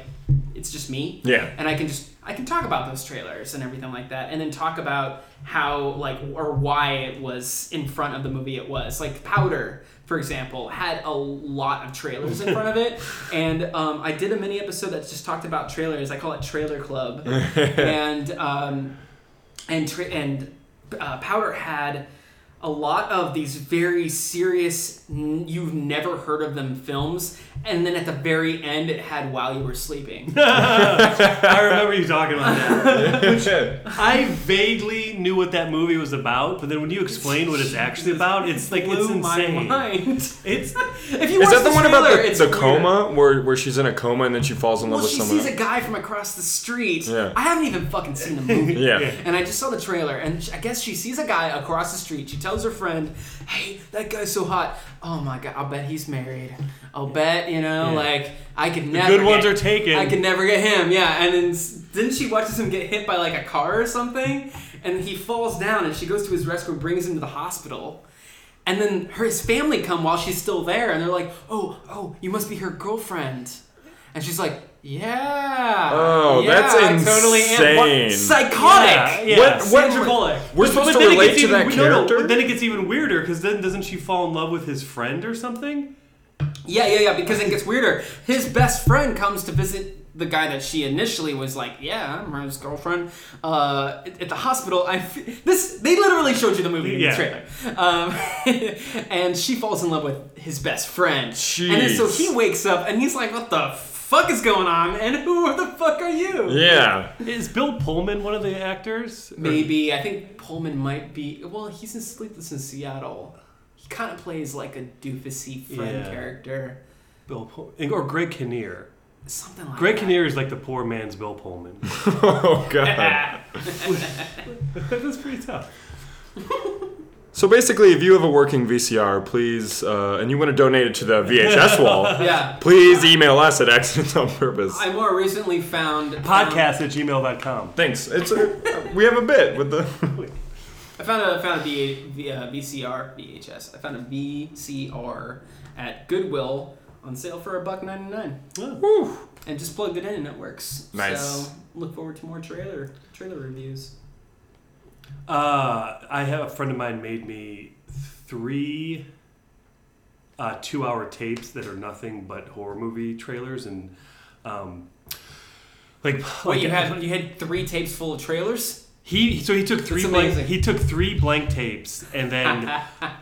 S3: it's just me.
S2: Yeah.
S3: And I can just I can talk about those trailers and everything like that, and then talk about how like or why it was in front of the movie it was. Like Powder, for example, had a lot of trailers in front of it, and um, I did a mini episode that just talked about trailers. I call it Trailer Club, and um, and tra- and uh, Powder had a lot of these very serious, n- you've never heard of them films, and then at the very end, it had While You Were Sleeping.
S1: I remember you talking about that.
S2: Yeah.
S1: I vaguely knew what that movie was about, but then when you explain what it's actually about, it's like it's
S3: Blew my
S1: insane.
S3: mind.
S1: It's
S3: if you
S2: Is
S3: watch
S2: that the one about
S3: trailer,
S2: the,
S3: it's
S2: the
S3: weird.
S2: coma where, where she's in a coma and then she falls in love
S3: Well,
S2: with
S3: she
S2: someone?
S3: sees a guy from across the street.
S2: Yeah.
S3: I haven't even fucking seen the movie.
S2: yeah.
S1: Yeah.
S3: And I just saw the trailer, and sh- I guess she sees a guy across the street. She tells her friend, "Hey, that guy's so hot. Oh my god, I'll bet he's married. I'll bet you know,
S1: Yeah.
S3: like I could
S1: The
S3: never.
S1: good ones
S3: get-
S1: are taken.
S3: I could never get him. Yeah, and then s- didn't she watches him get hit by like a car or something, and he falls down, and she goes to his rescue, and brings him to the hospital, and then her his family come while she's still there, and they're like, "Oh, oh, you must be her girlfriend," and she's like. Yeah.
S2: Oh,
S3: yeah,
S2: that's
S3: I Totally am." What-
S2: insane.
S1: Yeah,
S3: Psychotic.
S1: yeah.
S2: What-
S3: Sandra Bullock.
S2: We're
S1: But-
S2: supposed
S1: but
S2: to
S1: then it
S2: relate
S1: gets
S2: to
S1: even- no,
S2: that
S1: no,
S2: character.
S1: but then it gets even weirder because then doesn't she fall in love with his friend or something?
S3: Yeah, yeah, yeah, because it gets weirder. His best friend comes to visit the guy that she initially was like, yeah, I'm his girlfriend, uh, at, at the hospital. I f- this they literally showed you the movie in
S1: Yeah.
S3: the trailer, um, and she falls in love with his best friend. And then, so
S2: Jeez.
S3: he wakes up and he's like, what the fuck is going on? And who the fuck are you?
S2: yeah.
S1: Is Bill Pullman one of the actors? Or-
S3: Maybe I think Pullman might be. Well, he's in Sleepless in Seattle. He kind of plays like a doofusy friend
S1: Yeah.
S3: character,
S1: Bill Pullman or Greg Kinnear.
S3: something like
S1: Greg
S3: that.
S1: Kinnear is like the poor man's Bill Pullman.
S2: Oh god.
S1: That's pretty tough.
S2: So basically, if you have a working VCR, please, uh, and you want to donate it to the VHS wall,
S3: Yeah.
S2: please email us at Accidents on Purpose.
S3: I more recently found
S2: Um,
S1: Podcast at gmail.com.
S2: Thanks. It's a, we have a bit with the.
S3: I found a I found a v, v, uh, VCR VHS. I found a VCR at Goodwill on sale for a buck ninety nine, and just plugged it in and it works.
S2: Nice.
S3: So look forward to more trailer trailer reviews.
S1: Uh, I have a friend of mine made me three uh, two-hour tapes that are nothing but horror movie trailers and um, like.
S3: Wait,
S1: like-
S3: you had you had three tapes full of trailers?
S1: He so he took three
S3: That's
S1: blank,
S3: amazing.
S1: he took three blank tapes and then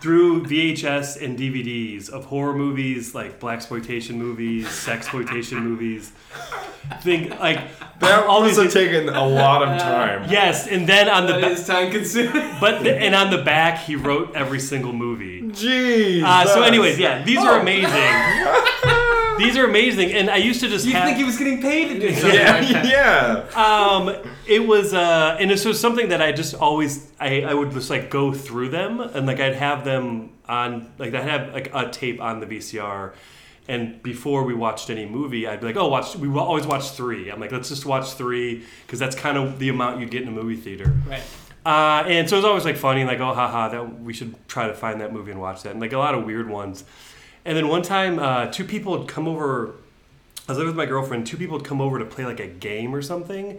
S1: through VHS and DVDs of horror movies like black exploitation movies, sex exploitation movies, think like
S2: That
S1: all
S2: always
S1: these
S2: have taken a lot
S1: Uh,
S2: of time.
S1: yes, and then on the
S3: That
S1: ba-
S3: is time consuming.
S1: but the- and on the back he wrote every single movie.
S2: Jeez.
S1: Uh, so anyways, yeah, these
S2: Oh.
S1: are amazing. these are amazing, and I used to just
S3: You
S1: have,
S3: think he was getting paid to do something
S2: Yeah,
S3: like that?
S2: yeah.
S1: Um, it was, uh, and this was something that I just always, I, I would just like go through them and like I'd have them on, like I'd have like a tape on the VCR. And before we watched any movie, I'd be like, oh, watch, we will always watch three. I'm like, let's just watch three because that's kind of the amount you'd get in a movie theater.
S3: Right.
S1: Uh, and so it was always like funny, like, oh, haha, that, we should try to find that movie and watch that. And like a lot of weird ones. And then one time, uh, two people had come over. I was living with my girlfriend. Two people had come over to play like a game or something.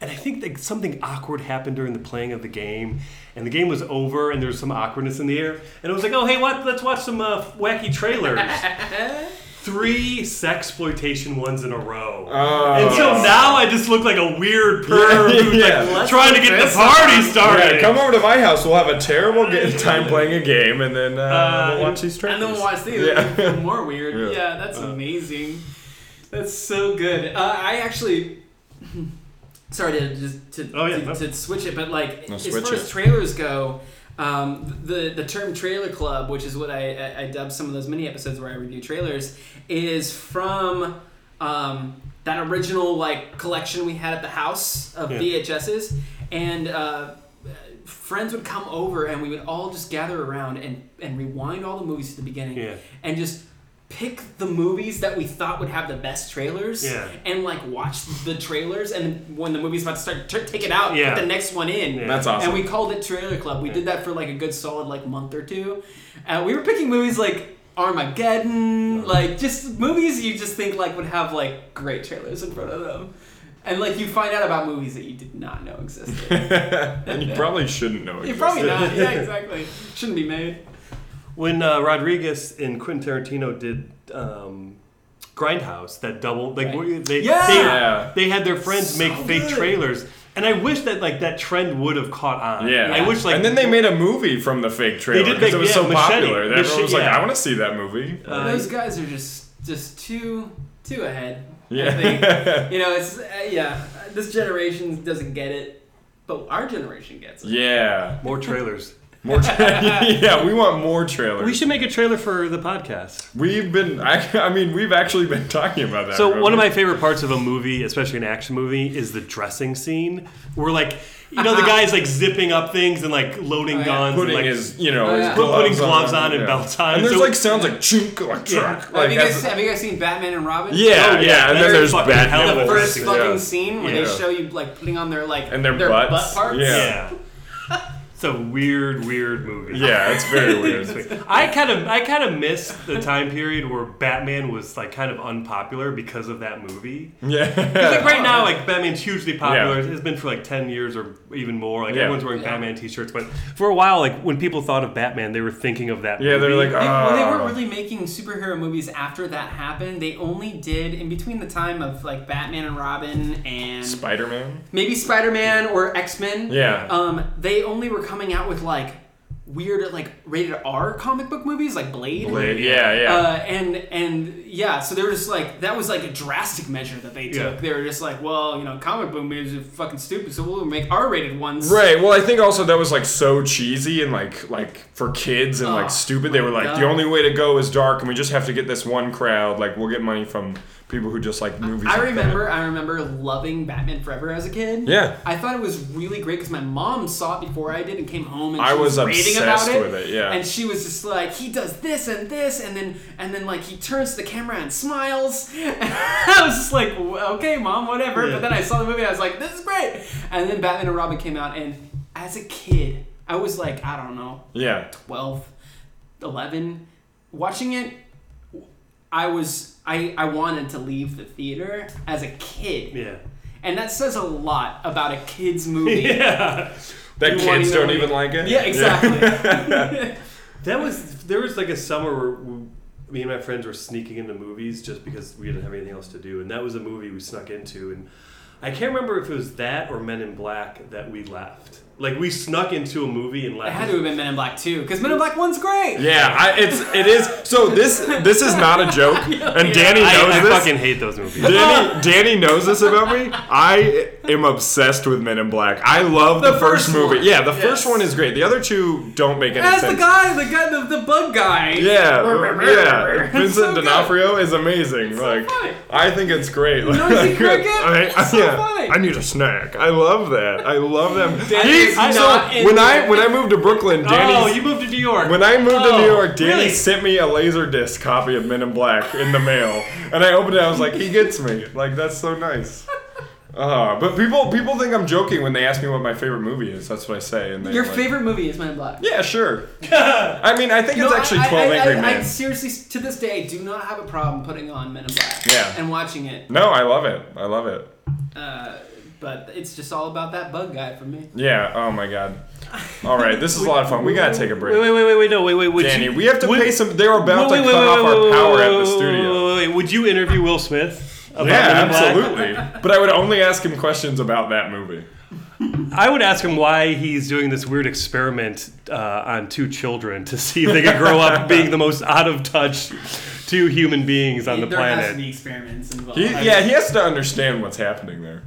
S1: And I think that something awkward happened during the playing of the game. And the game was over, and there was some awkwardness in the air. And it was like, oh, hey, what? Let's watch some uh, wacky trailers. Three sexploitation ones in a row.
S2: Oh.
S1: and so Uh, now I just look like a weird perv
S2: Yeah,
S1: who's
S2: yeah.
S1: like
S3: Let's
S1: trying to
S3: put
S1: get the
S3: this
S1: party
S3: on.
S1: started.
S2: Yeah, come over to my house. We'll have a terrible ga- time playing a game, and then uh,
S1: Uh,
S2: we'll watch these trailers.
S3: And then we'll watch these.
S2: Yeah.
S3: and feel more weird.
S2: Yeah.
S3: Yeah, that's amazing. That's so good. Uh, I actually. Sorry to just to,
S1: Oh, yeah,
S3: to,
S1: no.
S3: to switch it, but like
S2: No,
S3: as
S2: switch
S3: far
S2: it.
S3: as trailers go, um, the the term trailer club, which is what I, I, I dub some of those mini episodes where I review trailers, is from um, that original like collection we had at the house of
S1: Yeah.
S3: VHSs, and uh, friends would come over and we would all just gather around and, and rewind all the movies to the beginning
S1: Yeah.
S3: and just pick the movies that we thought would have the best trailers
S1: Yeah.
S3: and like watch the trailers and when the movie's about to start t- take it out
S1: Yeah.
S3: put the next one in
S1: Yeah.
S2: That's awesome.
S3: and we called it trailer club we did that for like a good solid like month or two uh, we were picking movies like armageddon like just movies you just think like would have like great trailers in front of them and like you find out about movies that you did not know existed
S2: and you probably shouldn't know. it
S3: you probably
S2: existed.
S3: not. Yeah, exactly. Shouldn't be made.
S1: When uh, Rodriguez and Quentin Tarantino did um, Grindhouse, that double, like
S3: Right.
S1: where they,
S3: Yeah!
S1: they they had their friends
S3: So
S1: make fake
S3: good.
S1: trailers, and I wish that like that trend would have caught on.
S2: Yeah.
S1: I wish like
S2: and then they made a movie from the fake trailer
S1: did
S2: because
S1: make-
S2: it was
S1: yeah,
S2: so
S1: Machete.
S2: popular that everyone
S1: Machete,
S2: was like,
S1: yeah.
S2: "I want to see that movie."
S1: Uh,
S3: Those guys are just just too too ahead. I think.
S2: yeah.
S3: you know, it's uh, yeah. This generation doesn't get it, but our generation gets it.
S2: yeah.
S1: more trailers.
S2: More tra- yeah, we want more trailers.
S1: We should make a trailer for the podcast.
S2: We've been, I, I mean, we've actually been talking about that.
S1: So
S2: haven't
S1: one of
S2: we?
S1: my favorite parts of a movie, especially an action movie, is the dressing scene. Where like, you know, the guy's like zipping up things and like loading
S3: Uh-huh. Oh, yeah.
S1: guns,
S2: putting
S1: and, like,
S2: his, you know,
S3: Oh,
S2: his
S3: yeah.
S2: gloves
S1: Putting gloves on and
S2: yeah.
S1: belts on.
S2: And there's
S1: So-
S2: like sounds like chunk or chunk.
S1: Yeah.
S2: Like,
S3: have, you guys,
S2: as-
S3: have you guys seen Batman and Robin?
S2: yeah,
S1: Oh, yeah,
S2: yeah, And
S1: that's
S2: then there's
S1: fucking hell
S2: Batman.
S1: of a
S3: The first
S1: Yeah.
S3: fucking scene where
S2: Yeah.
S3: they show you like putting on their like
S2: And their
S3: butt
S2: butts.
S3: parts.
S2: Yeah.
S1: yeah. it's a weird, weird movie.
S2: Yeah, it's very weird.
S1: I kind of I kind of miss the time period where Batman was like kind of unpopular because of that movie.
S2: yeah.
S1: Like right now, like Batman's hugely popular.
S2: Yeah.
S1: It's been for like ten years or even more. Like
S2: Yeah.
S1: everyone's wearing
S3: Yeah.
S1: Batman T-shirts, but for a while, like when people thought of Batman, they were thinking of that.
S2: Yeah, they're
S1: movie.
S2: like,
S3: They, well, they weren't
S2: ah.
S3: really making superhero movies after that happened. They only did in between the time of like Batman and Robin and
S2: Spider Man?
S3: maybe Spider Man or X Men.
S2: Yeah.
S3: Um, they only were coming out with like weird like rated R comic book movies like Blade.
S2: Blade, Yeah, yeah.
S3: Uh, and and yeah, so they were just like that was like a drastic measure that they took.
S1: Yeah.
S3: They were just like, well, you know, comic book movies are fucking stupid, so we'll make R-rated ones.
S2: Right. Well, I think also that was like so cheesy and like like for kids and
S3: Oh,
S2: like stupid. They were like,
S3: God.
S2: the only way to go is dark, and we just have to get this one crowd. Like, we'll get money from people who just like movies.
S3: I
S2: like that.
S3: remember, I remember loving Batman Forever as a kid.
S2: Yeah.
S3: I thought it was really great because my mom saw it before I did and came home and
S2: I
S3: she was,
S2: was
S3: raving
S2: obsessed
S3: about it.
S2: with it, yeah.
S3: and she was just like, he does this and this, and then and then like he turns to the camera and smiles. I was just like, "W- okay, mom, whatever. But then I saw the movie, and I was like, this is great. And then Batman and Robin came out, and as a kid, I was like, I don't know,
S2: Yeah.
S3: 12 11 watching it i was i i wanted to leave the theater as a kid
S1: yeah.
S3: and that says a lot about a kid's
S2: "Oh,
S3: movie yeah,
S1: Yeah,
S2: That
S3: You
S2: kids
S3: wanna know-
S2: don't even like it.
S3: exactly
S1: that was there was like a summer where we- me and my friends were sneaking into movies just because we didn't have anything else to do, and that was a movie we snuck into, and I can't remember if it was that or Men in Black that we left. Like we snuck into a movie and
S3: it
S1: left.
S3: had to have been men in black too because men in black one's great
S2: Yeah, I, it's it is. So this this is not a joke, and Danny
S1: I,
S2: knows
S1: I
S2: this.
S1: fucking hate those movies.
S2: Danny, Danny knows this about me. I am obsessed with Men in Black. I love the,
S3: The
S2: first,
S3: first
S2: movie.
S3: one.
S2: Yeah, the
S3: Yes.
S2: first one is great. The other two don't make any
S3: as
S2: sense.
S3: the guy the guy the, the bug guy
S2: Yeah, yeah.
S3: It's so
S2: Vincent
S3: good.
S2: D'Onofrio is amazing. like,
S3: funny.
S2: I think it's great. Like,
S3: Noisy cricket?
S2: I, I,
S3: It's so
S2: yeah,
S3: funny.
S2: I need a snack. I love that. I love them. He-
S3: Danny's not
S2: so
S3: in
S2: when
S3: there.
S2: I when I moved to Brooklyn, Danny.
S1: oh, you moved to New York.
S2: When I moved to
S1: Oh,
S2: New York, Danny
S1: really?
S2: sent me a Laserdisc copy of Men in Black in the mail, and I opened it. I was like, "He gets me! Like that's so nice." Uh, but people people think I'm joking when they ask me what my favorite movie is. That's what I say. And they,
S3: your
S2: like,
S3: favorite movie is men in black
S2: Yeah, sure. I mean, I think it's
S3: No,
S2: actually
S3: I- I-
S2: Twelve
S3: I,
S2: Angry
S3: I,
S2: Men.
S3: I seriously, to this day, do not have a problem putting on Men in Black
S2: Yeah.
S3: and watching it.
S2: no, I love it. I love it.
S3: Uh, but it's just all about that bug guy for me.
S2: Yeah. Oh my god. All right, this is a lot of fun. We gotta take a break.
S1: Wait, wait, wait, wait, wait, no, wait, wait. Would
S2: Danny,
S1: you,
S2: we have to
S1: would-
S2: pay some. They were about
S1: wait,
S2: to
S1: wait, wait,
S2: cut off
S1: wait,
S2: our
S1: wait,
S2: power
S1: wait,
S2: at
S1: wait,
S2: the
S1: wait,
S2: studio.
S1: Wait, wait, wait. Would you interview Will Smith? About Men
S2: Yeah,
S1: in Black?
S2: absolutely. But I would only ask him questions about that movie.
S1: I would ask him why he's doing this weird experiment uh, on two children to see if they could grow up being the most out of touch two human beings on the
S3: there has to
S1: planet.
S3: be experiments involved.
S2: He, yeah, he has to understand what's happening there.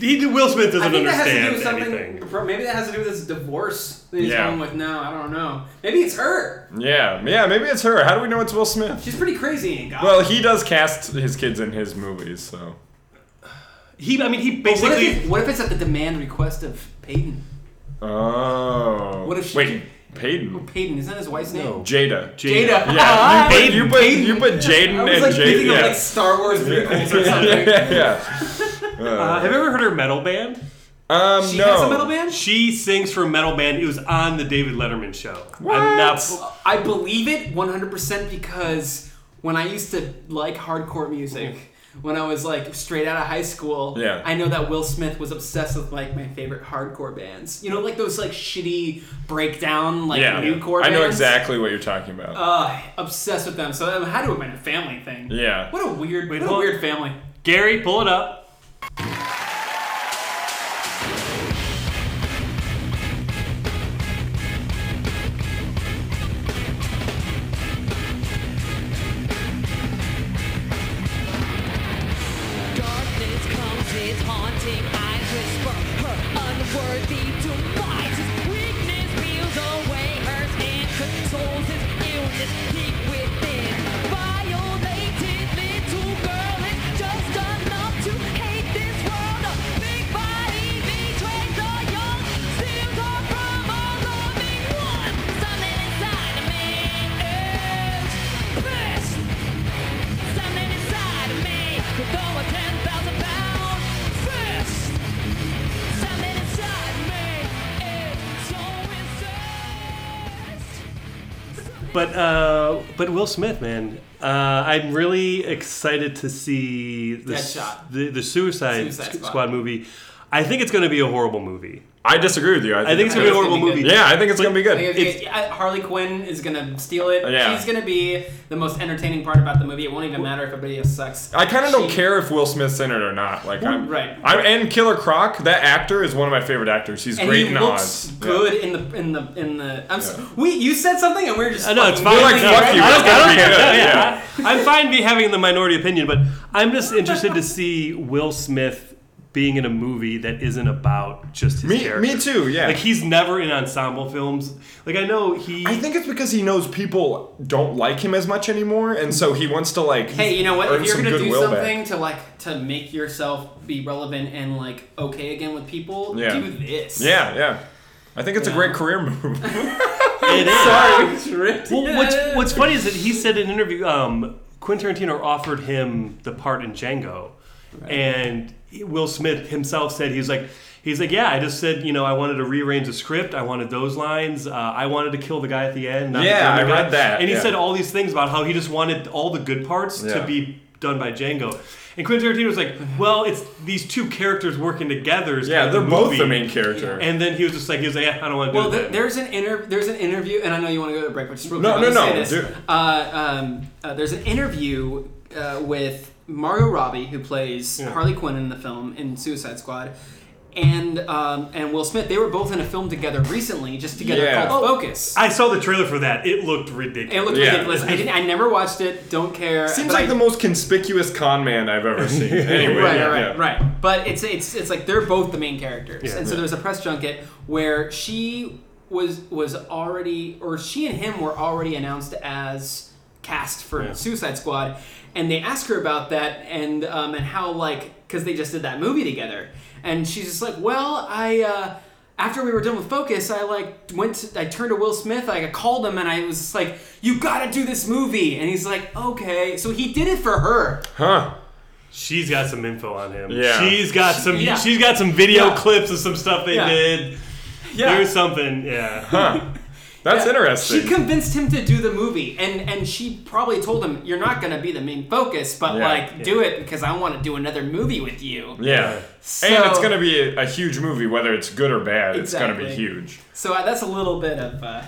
S1: He, Will Smith
S3: I
S1: doesn't
S3: think that has to do with
S1: understand
S3: something.
S1: anything.
S3: Maybe that has to do with his divorce that he's
S2: Yeah.
S3: going with now. I don't know. Maybe it's her.
S2: Yeah, yeah, maybe it's her. How do we know it's Will Smith?
S3: She's pretty crazy and God.
S2: Well, he does cast his kids in his movies, so.
S1: He, I mean, he
S3: what, if
S1: basically.
S3: it- what if it's at the demand request of Peyton?
S2: Oh.
S3: What if she-
S2: Wait, Payden.
S3: Peyton isn't that his wife's name?
S1: No.
S2: Jada.
S3: Jada.
S2: Yeah, you put,
S1: Payden.
S2: you put, you put Jaden
S3: I was
S2: and
S3: like
S2: Jada.
S3: thinking of
S2: Yeah.
S3: like Star Wars prequels or
S2: yeah,
S3: something.
S2: yeah, yeah.
S1: Uh, have you ever heard her metal band?
S2: Um,
S3: She
S2: no.
S3: has a metal band.
S1: She sings for a metal band. It was on the David Letterman show. I'm not.
S3: I believe it 100% because when I used to like hardcore music, when I was like straight out of high school,
S2: Mm-hmm. Yeah.
S3: I know that Will Smith was obsessed with like my favorite hardcore bands. You know, like those like shitty breakdown like
S2: Yeah,
S3: newcore
S2: I
S3: bands.
S2: know exactly what you're talking about.
S3: Uh, obsessed with them. So that had to have been a family thing.
S2: yeah.
S3: What a weird,
S1: Wait,
S3: what a
S1: hold-
S3: weird family.
S1: Gary, pull it up.
S4: Darkness comes, its haunting eyes whisper her unworthy demise. His weakness peels away
S1: But uh, but Will Smith, man, uh, I'm really excited to see the s-
S3: Deadshot.
S1: the, the Suicide,
S3: Suicide
S1: Squ-
S3: Squad.
S1: Squad movie. I think it's going to be a horrible movie.
S2: I disagree with you.
S1: I think it's going to be a horrible
S3: gonna be
S1: movie.
S3: good.
S2: Yeah, I think it's gonna be
S3: I think
S2: good.
S3: it's- yeah, uh, Harley Quinn is gonna steal it.
S2: Yeah.
S3: She's gonna be the most entertaining part about the movie. It won't even matter if everybody else sucks.
S2: I kind of don't
S3: She-
S2: care if Will Smith's in it or not. Like I'm
S3: Right.
S2: I'm and Killer Croc. That actor is one of my favorite actors. He's
S3: And
S2: great in
S3: he looks
S2: Oz. Yeah.
S3: good in the in the in the. I'm s
S2: Yeah.
S3: we you said something and we were just.
S1: I know it's
S3: fucking
S1: fine.
S2: We're like,
S1: No, I
S2: fuck you,
S3: yelling at you.
S1: don't-
S2: it's
S1: I
S2: gonna
S1: don't
S2: be
S1: care.
S2: good.
S1: No,
S2: Yeah.
S1: yeah. I- I'm fine me having the minority opinion, but I'm just interested to see Will Smith being in a movie that isn't about just his
S2: Me,
S1: character.
S2: me too. Yeah.
S1: Like he's never in ensemble films. Like I know he.
S2: I think it's because he knows people don't like him as much anymore, and so he wants to like.
S3: Hey, you know what?
S2: Earn
S3: If you're
S2: some
S3: gonna do
S2: goodwill back.
S3: something to like to make yourself be relevant and like okay again with people,
S2: Yeah.
S3: do this.
S2: Yeah, yeah. I think it's a
S3: Yeah.
S2: great career move.
S1: it is.
S3: Ripped.
S1: Well, what's what's funny is that he said in an interview, um, Quentin Tarantino offered him the part in Django, and he- Will Smith himself said he's like. He's like, yeah, I just said, you know, I wanted to rearrange the script. I wanted those lines. Uh, I wanted to kill the guy at the end. not to
S2: Yeah,
S1: kill the
S2: I
S1: guy."
S2: read that,
S1: And he
S2: yeah.
S1: said all these things about how he just wanted all the good parts
S2: Yeah.
S1: to be done by Django. And Quentin Tarantino was like, well, it's these two characters working together. is
S2: yeah,
S1: kind of
S2: they're both the
S1: movie.
S2: main character.
S1: And then he was just like, he was like, yeah, I don't want to do
S3: Well,
S1: that.
S3: there, there's an inter- there's an interview, and I know you want to go to the break, but just real
S2: No,
S3: quick,
S2: no,
S3: I'll
S2: no,
S3: just
S2: do
S3: say this. Uh, um, uh, there's an interview uh, with Mario Robbie, who plays
S1: Yeah.
S3: Harley Quinn in the film in Suicide Squad, and um, and Will Smith. They were both in a film together recently, just together
S2: Yeah.
S3: called Focus.
S1: I saw the trailer for that. It looked ridiculous.
S3: it looked
S2: Yeah.
S3: ridiculous. I didn't. I never watched it. Don't care.
S2: Seems
S3: but
S2: like
S3: I-
S2: the most conspicuous con man I've ever seen. anyway,
S3: right,
S2: yeah,
S3: right,
S2: yeah.
S3: right. But it's it's it's like they're both the main characters,
S1: Yeah.
S3: and so there was a press junket where she was was already, or she and him were already announced as cast for
S1: Yeah.
S3: Suicide Squad, and they asked her about that and um, and how like because they just did that movie together, and she's just like, well, I. Uh, after we were done with Focus, I like went. To, I turned to Will Smith. I called him, and I was just like, "You gotta do this movie." And he's like, "Okay." So he did it for her.
S2: Huh.
S1: She's got some info on him.
S2: Yeah.
S1: She's got some.
S3: Yeah.
S1: She's got some video
S3: Yeah.
S1: clips of some stuff they
S3: Yeah.
S1: did. There's something. Yeah.
S2: Huh. That's
S3: Yeah.
S2: interesting.
S3: She convinced him to do the movie, and and she probably told him, "You're not gonna be the main focus, but
S2: Yeah.
S3: like do it because I want to do another movie with you."
S2: yeah.
S3: So-
S2: and it's going to be a, a huge movie, whether it's good or bad. It's going to be
S3: Exactly.
S2: huge.
S3: So uh, that's a little bit of uh,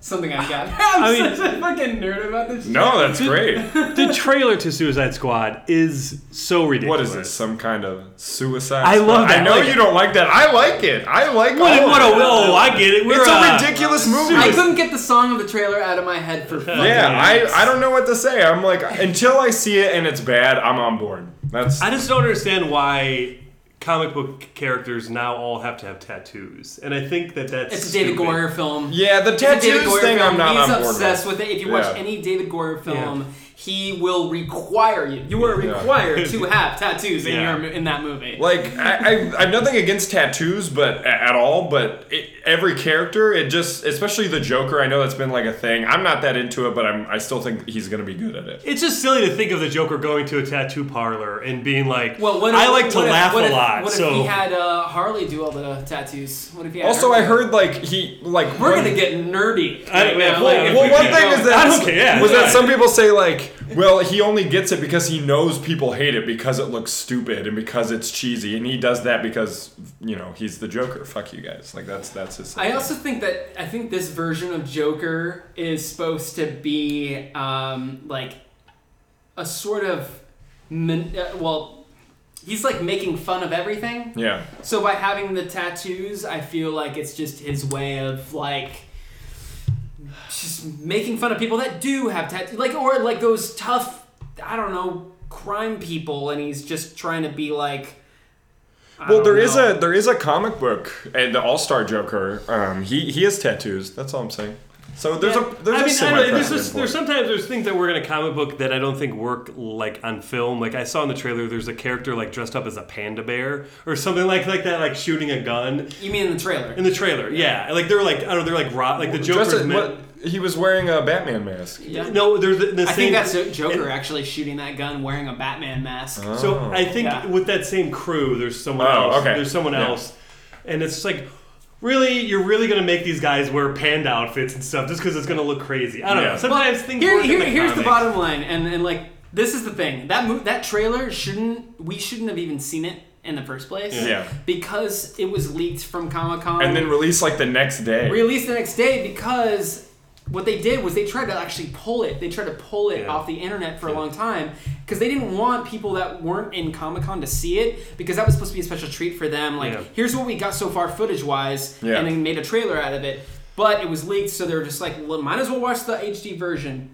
S3: something I've got. I'm
S1: I mean-
S3: such a fucking nerd about this. shit.
S2: No, that's great.
S1: the trailer to Suicide Squad is so ridiculous.
S2: What is this? Some kind of suicide?
S1: I love
S2: squad?
S1: that.
S2: I know
S1: Like-
S2: you don't like that. I like it. I like
S1: What,
S2: all
S1: what
S2: of
S1: a
S2: it.
S3: Oh,
S1: whoa! I get it. We're
S2: It's
S1: uh,
S2: a ridiculous movie.
S3: I couldn't get the song of the trailer out of my head for fucking
S2: Yeah,
S3: years.
S2: I, I don't know what to say. I'm like, until I see it and it's bad, I'm on board. That's
S1: I just don't understand why comic book characters now all have to have tattoos, and I think that that's
S3: It's a David
S1: stupid.
S3: Goyer film.
S2: yeah. The
S3: It's a David
S2: tattoos
S3: Goyer
S2: thing,
S3: film.
S2: I'm not
S3: He's
S2: on board.
S3: obsessed with it. If you watch
S2: Yeah.
S3: any David Goyer film, he will require you. You are
S2: Yeah.
S3: required to have tattoos in
S1: Yeah.
S3: your in that movie.
S2: Like I, I, I've nothing against tattoos, but at all. But it, every character, it just, especially the Joker. I know that's been like a thing. I'm not that into it, but I'm. I still think he's gonna be good at it.
S1: It's just silly to think of the Joker going to a tattoo parlor and being like,
S3: Well, what if,
S1: I like to
S3: what if-
S1: laugh
S3: what
S1: a
S3: if-
S1: lot."
S3: What if
S1: so
S3: he had uh, Harley do all the tattoos? What if he had
S2: Also,
S3: her-
S2: I heard like he like
S3: we're
S2: when-
S3: gonna get nerdy.
S1: I don't-
S3: right
S1: yeah,
S3: now.
S1: well,
S3: Like,
S1: if
S2: Well,
S1: we
S2: one
S1: keep
S2: thing
S1: going-
S2: is that
S1: I don't care, yeah,
S2: was
S1: it's
S2: that
S1: fine.
S2: some people say like, well, he only gets it because he knows people hate it because it looks stupid and because it's cheesy, and he does that because you know he's the Joker. Fuck you guys, like that's that's his.
S3: I also think that I think this version of Joker is supposed to be um, like a sort of min- uh, well, he's like making fun of everything.
S2: yeah,
S3: So by having the tattoos, I feel like it's just his way of like just making fun of people that do have tattoos, like or like those tough, I don't know, crime people, and he's just trying to be like. I
S2: well,
S3: don't
S2: there is
S3: know.
S2: a there is a comic book and the All Star Joker. Um, he he has tattoos. That's all I'm saying. So there's a there's
S1: I mean,
S2: a
S1: I
S2: semi
S1: don't- there's, just, there's sometimes there's things that work in a comic book that I don't think work like on film. Like I saw in the trailer, there's a character like dressed up as a panda bear or something like like that, like shooting a gun
S3: You mean in the trailer?
S1: in the trailer. Yeah, like they're like I don't know, they're like rot, like the
S2: Just
S1: Joker's
S2: a-
S1: meant-
S2: what- he was wearing a Batman mask.
S3: yeah.
S1: No, they're the, the
S3: I
S1: same.
S3: think that's a Joker actually shooting that gun wearing a Batman mask.
S1: So I think
S3: Yeah.
S1: with that same crew, there's someone
S2: Oh,
S1: else.
S2: okay.
S1: There's someone
S2: Yeah.
S1: else, and it's just like, really, you're really gonna make these guys wear panda outfits and stuff just because it's gonna look crazy. I don't
S2: Yeah.
S1: know. Sometimes
S3: Well,
S1: things
S3: here-
S1: work in
S3: here-
S1: the
S3: here's the
S1: comics.
S3: bottom line, and and like this is the thing that mo- that trailer shouldn't we shouldn't have even seen it in the first place.
S2: Yeah.
S3: because it was leaked from Comic Con
S2: and then release like the next day.
S3: released the next day because what they did was they tried to actually pull it. They tried to pull it
S1: Yeah.
S3: off the internet for a long time because they didn't want people that weren't in Comic Con to see it because that was supposed to be a special treat for them. Like,
S1: Yeah.
S3: here's what we got so far footage wise,
S2: Yeah.
S3: and then made a trailer out of it. But it was leaked, so they were just like, well, might as well watch the HD version.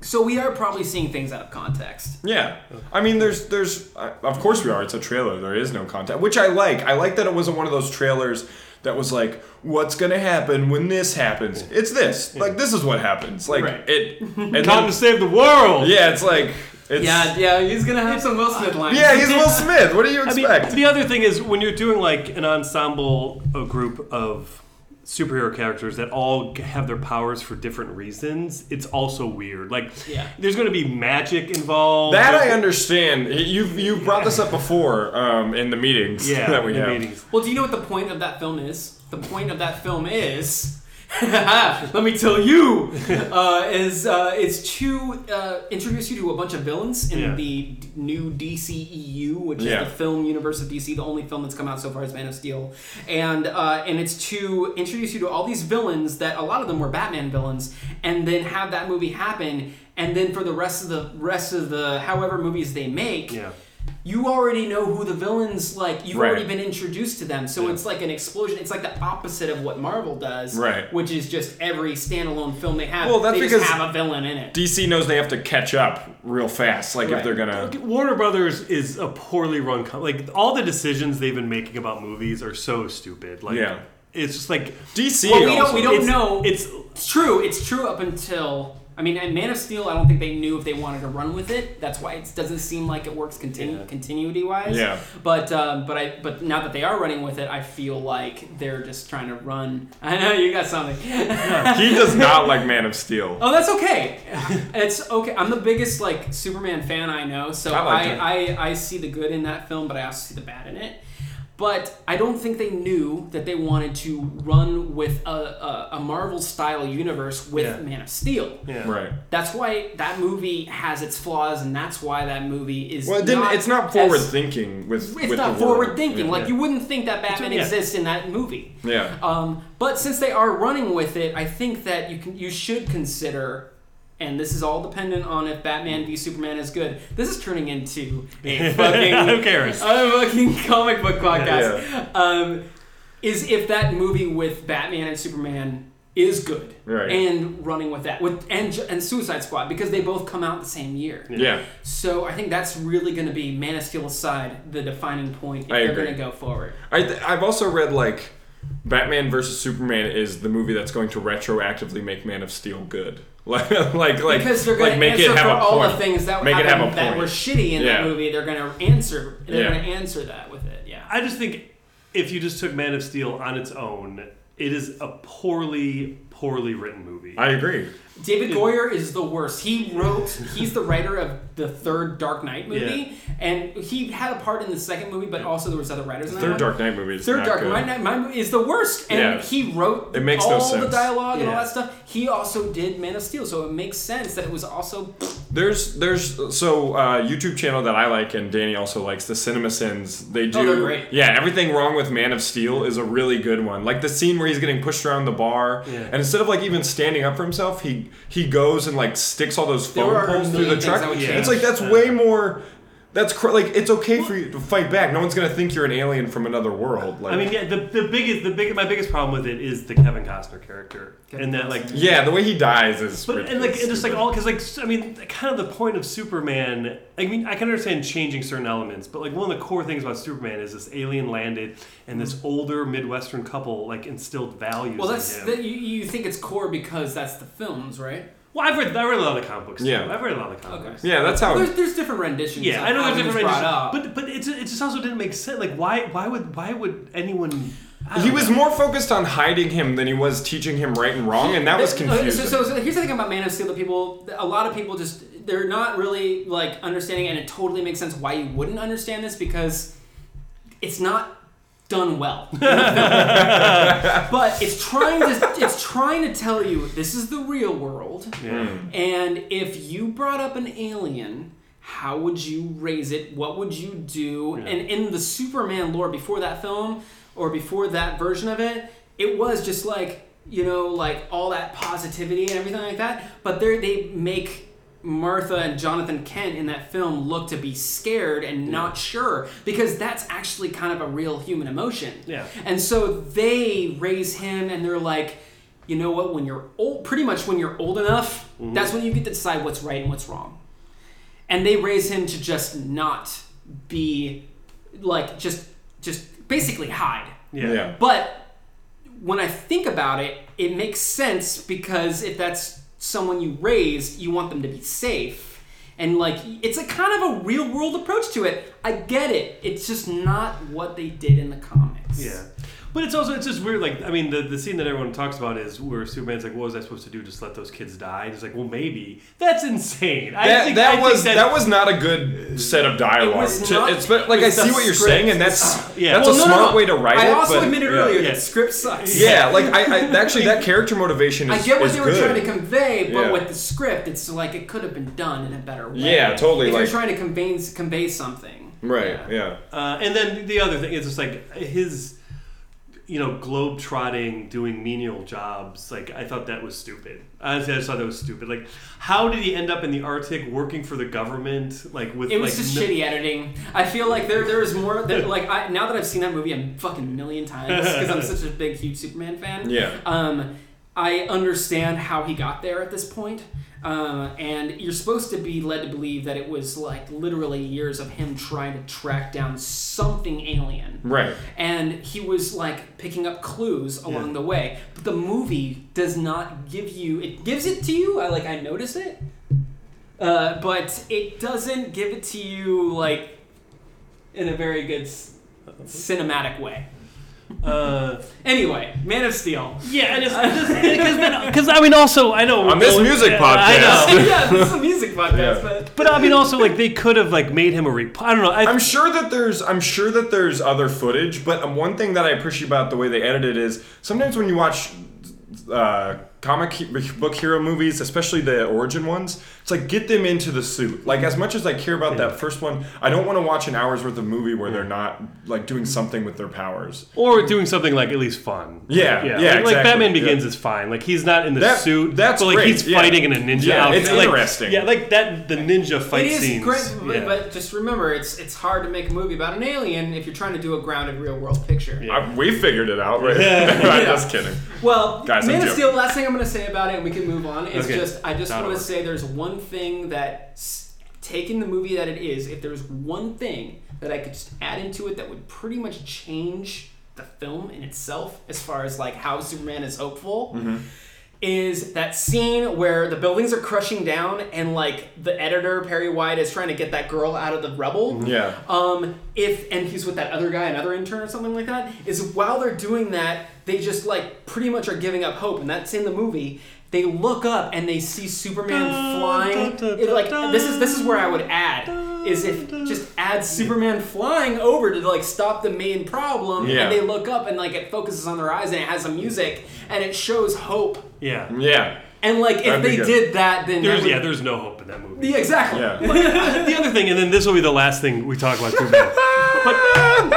S3: So we are probably seeing things out of context.
S2: Yeah, I mean, there's, there's, uh, of course we are. It's a trailer. There is no content, which I like. I like that it wasn't one of those trailers that was like, "What's gonna happen when this happens?" It's this. Like, this is what happens. Like
S1: Right.
S2: it. And then-
S1: Come to save the world.
S2: yeah, it's like, it's,
S3: Yeah, yeah, he's gonna have some Will Smith lines.
S2: yeah, he's Will Smith. What do you
S1: I mean,
S2: expect?
S1: the other thing is when you're doing like an ensemble, a group of superhero characters that all g- have their powers for different reasons, it's also weird. Like,
S3: Yeah.
S1: there's going to be magic involved.
S2: that I understand. You've you have brought this up before um, in the meetings
S1: Yeah,
S2: that we
S1: the
S2: have.
S1: meetings.
S3: Well, do you know what the point of that film is? The point of that film is. Let me tell you, uh, is uh, is to uh, introduce you to a bunch of villains in
S1: Yeah.
S3: the d- new DCEU, which
S2: Yeah.
S3: is the film universe of DC. The only film that's come out so far is Man of Steel, and uh, and it's to introduce you to all these villains that a lot of them were Batman villains, and then have that movie happen, and then for the rest of the rest of the however movies they make,
S1: Yeah.
S3: you already know who the villains like you've
S2: Right.
S3: already been introduced to them so it's like an explosion it's like the opposite of what marvel does
S2: Right.
S3: which is just every standalone film they have
S2: Well, that's
S3: they just
S2: because
S3: have a villain in it
S2: DC knows they have to catch up real fast. Like if
S3: Right.
S2: they're gonna.
S1: Warner Brothers is a poorly run company. Like all the decisions they've been making about movies are so stupid. Like
S2: Yeah.
S1: it's just like
S2: DC.
S3: Well, we
S2: also-
S3: don't, we don't
S1: It's-
S3: know
S1: it's-
S3: it's true it's true up until i mean and man of steel i don't think they knew if they wanted to run with it that's why it doesn't seem like it works continu-
S1: Yeah.
S3: continuity wise
S2: Yeah.
S3: but um, but i but now that they are running with it i feel like they're just trying to run i know you got something
S2: He does not like Man of Steel.
S3: Oh, that's okay. it's okay. I'm the biggest like Superman fan I know, so
S2: I
S3: I,
S2: like
S3: I, I, see the good in that film, but I also see the bad in it. But I don't think they knew that they wanted to run with a, a, a Marvel style universe with
S1: Yeah.
S3: Man of Steel.
S1: yeah.
S2: Right.
S3: That's why that movie has its flaws, and that's why that movie is.
S2: Well, it didn't,
S3: not
S2: it's not forward
S3: as-
S2: thinking with.
S3: It's
S2: with
S3: not
S2: the word.
S3: forward thinking.
S2: Yeah.
S3: Like you wouldn't think that Batman
S1: yeah.
S3: exists in that movie.
S2: Yeah.
S3: Um, but since they are running with it, I think that you can you should consider, and this is all dependent on if Batman v Superman is good. This is turning into a
S1: Who
S3: fucking
S1: cares?
S3: a fucking comic book podcast.
S2: Yeah.
S3: Um, is if that movie with Batman and Superman is good,
S2: Right.
S3: and running with that with and Ju- and Suicide Squad because they both come out the same year.
S2: yeah.
S3: So I think that's really going to be Man of Steel aside the defining point if
S2: I
S3: they're
S2: agree.
S3: going to go forward.
S2: I th- I've also read like Batman versus Superman is the movie that's going to retroactively make Man of Steel good. Like like like
S3: because they're
S2: like
S3: going to
S2: make
S3: answer
S2: it have
S3: for
S2: a
S3: all
S2: point.
S3: the things that
S2: make it have a
S3: happened that
S2: point.
S3: were shitty in
S2: Yeah.
S3: that movie. They're going to answer. They're
S2: Yeah.
S3: going to answer that with it. Yeah.
S1: I just think if you just took Man of Steel on its own, it is a poorly, poorly written movie.
S2: I agree.
S3: David Goyer is the worst. He wrote. He's the writer of the third Dark Knight movie, and he had a part in the second movie, but also there was other writers. In that
S2: Third
S3: one.
S2: Dark Knight movie is
S3: Third
S2: not
S3: Dark
S2: good.
S3: Knight mine is the worst, and
S2: Yeah.
S3: he wrote
S2: It makes
S3: all
S2: no
S3: the
S2: sense.
S3: dialogue and all
S1: Yeah.
S3: that stuff. He also did Man of Steel, so it makes sense that it was also
S2: There's there's so uh, YouTube channel that I like and Danny also likes the CinemaSins. They do
S3: Oh, they're great.
S2: yeah everything wrong with Man of Steel is a really good one. Like the scene where he's getting pushed around the bar
S1: Yeah.
S2: and instead of like even standing up for himself, he he goes and like sticks all those
S3: There
S2: phone
S3: are a
S2: poles through
S3: million
S2: the
S3: things
S2: truck.
S3: I would
S1: Yeah.
S2: It's like that's way more. That's cr- like it's okay for you to fight back. No one's gonna think you're an alien from another world. Like
S1: I mean, yeah, the, the biggest, the big, my biggest problem with it is the Kevin Costner character,
S3: Kevin
S1: and that like,
S2: yeah, the way he dies is
S1: but and like,
S2: ridiculous.
S1: and just like all, because like, s- I mean, kind of the point of Superman. I mean, I can understand changing certain elements, but like one of the core things about Superman is this alien landed and this older Midwestern couple like instilled values.
S3: Mm-hmm. well.
S1: in
S3: That's
S1: him.
S3: that you, you think it's core because that's the films, right?
S1: well, I've read, I read a lot of the comic books.
S2: Yeah.
S1: too. I've read a lot of the comic
S3: Okay.
S1: books.
S2: yeah, that's how.
S3: There's, there's different renditions.
S1: Yeah,
S3: of
S1: I know
S3: how
S1: there's
S3: he was
S1: different
S3: brought up.
S1: renditions, but but it's, it just also didn't make sense. Like why why would why would anyone? I
S2: He
S1: don't
S2: was
S1: know.
S2: more focused on hiding him than he was teaching him right and wrong, and that was
S3: Okay,
S2: confusing.
S3: uh, So, so, so here's the thing about Man of Steel that people, a lot of people just, they're not really like understanding, and it totally makes sense why you wouldn't understand this because it's not done well. but it's trying to it's trying to tell you this is the real world. And if you brought up an alien, how would you raise it? What would you do? And in the Superman lore before that film or before that version of it, it was just like, you know, like all that positivity and everything like that. But they they make Martha and Jonathan Kent in that film look to be scared and not sure because that's actually kind of a real human emotion.
S1: Yeah.
S3: And so they raise him and they're like, you know what, when you're old, pretty much when you're old enough,
S1: Mm-hmm.
S3: that's when you get to decide what's right and what's wrong. And they raise him to just not be like just just basically hide.
S1: Yeah.
S2: Yeah.
S3: But when I think about it, it makes sense because if that's someone you raise, you want them to be safe. And like it's a kind of a real world approach to it. I get it. It's just not what they did in the comics.
S1: Yeah. But it's also it's just weird. Like I mean, the, the scene that everyone talks about is where Superman's like, "What was I supposed to do? Just let those kids die?" And he's like, "Well, maybe." That's insane. I
S2: That,
S1: think I
S2: that
S1: think
S2: was
S1: that-
S2: that was not a good set of dialogue.
S3: It was
S2: to-
S3: not-
S2: it's but like
S3: it
S2: I
S3: was
S2: see
S3: the
S2: what you're
S3: script.
S2: saying, and that's
S1: Yeah.
S2: that's
S1: Well,
S2: a
S1: no,
S2: smart way to write
S3: I
S2: it.
S3: also
S2: but-
S3: admitted
S2: yeah.
S3: earlier that
S1: Yeah.
S3: script sucks.
S2: Yeah, like I, I actually that character motivation is
S3: I get what
S2: is
S3: they were
S2: good.
S3: trying to convey, but
S2: Yeah.
S3: with the script, it's like it could have been done in a better way.
S2: Yeah, totally,
S3: If
S2: like-
S3: you're trying to convey convey something,
S2: Right. Yeah.
S1: Uh, and then the other thing is just like his, you know, globe trotting, doing menial jobs. Like I thought that was stupid. Honestly, I just thought that was stupid. Like, how did he end up in the Arctic working for the government? Like with
S3: It was
S1: like,
S3: just
S1: no-
S3: shitty editing. I feel like there there is more. That, like I, now that I've seen that movie a fucking million times because I'm such a big huge Superman fan.
S2: Yeah.
S3: Um, I understand how he got there at this point. Um, and you're supposed to be led to believe that it was like literally years of him trying to track down something alien.
S2: Right.
S3: And he was like picking up clues along the way. But the movie does not give you it gives it to you, I like I notice it. Uh, but it doesn't give it to you like in a very good s- cinematic way.
S1: Uh,
S3: Anyway, Man of Steel.
S1: yeah, and it's because I mean, also I know
S2: On this music
S1: I know.
S2: podcast.
S3: yeah, this is a music
S2: Yeah.
S3: podcast, but
S1: But I mean, also like they could have like made him a rep. I don't know. I,
S2: I'm sure that there's I'm sure that there's other footage, but um, one thing that I appreciate about the way they edited is sometimes when you watch uh, comic he- book hero movies, especially the origin ones, it's like get them into the suit. Like as much as I care about that first one, I don't want to watch an hour's worth of movie where they're not like doing something with their powers.
S1: or doing something like at least fun.
S2: Yeah,
S1: yeah,
S2: yeah,
S1: like, like
S2: exactly,
S1: Batman Begins
S2: yeah.
S1: is fine. Like he's not in the
S2: That-
S1: suit.
S2: that's
S1: but, like
S2: great,
S1: he's
S2: yeah.
S1: fighting in a ninja
S2: Yeah,
S1: outfit.
S2: it's
S1: like-
S2: interesting.
S1: Yeah, like that the ninja fight
S3: it is
S1: scenes.
S3: great. But,
S1: yeah.
S3: but just remember, it's it's hard to make a movie about an alien if you're trying to do a grounded real world picture.
S2: I, we figured it out, right? I'm just kidding.
S3: Well,
S2: Guys, I'm
S3: Man of
S2: joking.
S3: Steel. Last thing I'm going to say about it, and we can move on. Is
S1: Okay.
S3: just I just
S1: That'll
S3: want to
S1: work.
S3: say there's one thing that s- taking the movie that it is. If there's one thing that I could just add into it that would pretty much change the film in itself, as far as like how Superman is hopeful.
S1: Mm-hmm.
S3: Is that scene where the buildings are crushing down and like the editor Perry White is trying to get that girl out of the rubble?
S2: Mm-hmm. Yeah.
S3: Um, if and he's with that other guy, another intern or something like that, is while they're doing that, they just like pretty much are giving up hope, and that's in the movie. They look up and they see Superman
S1: Dun, dun,
S3: flying.
S1: dun,
S3: It, like
S1: dun,
S3: this is this is where I would add is if just add Superman flying over to like stop the main problem,
S2: Yeah.
S3: and they look up and like it focuses on their eyes and it has some music and it shows hope.
S1: yeah.
S2: Yeah.
S3: And like if
S2: That'd be
S3: they
S2: good.
S3: did that, then that
S1: There's,
S3: would-
S1: yeah, there's no hope in that movie.
S3: yeah, exactly.
S2: Yeah.
S1: the other thing, and then this will be the last thing we talk about Superman. but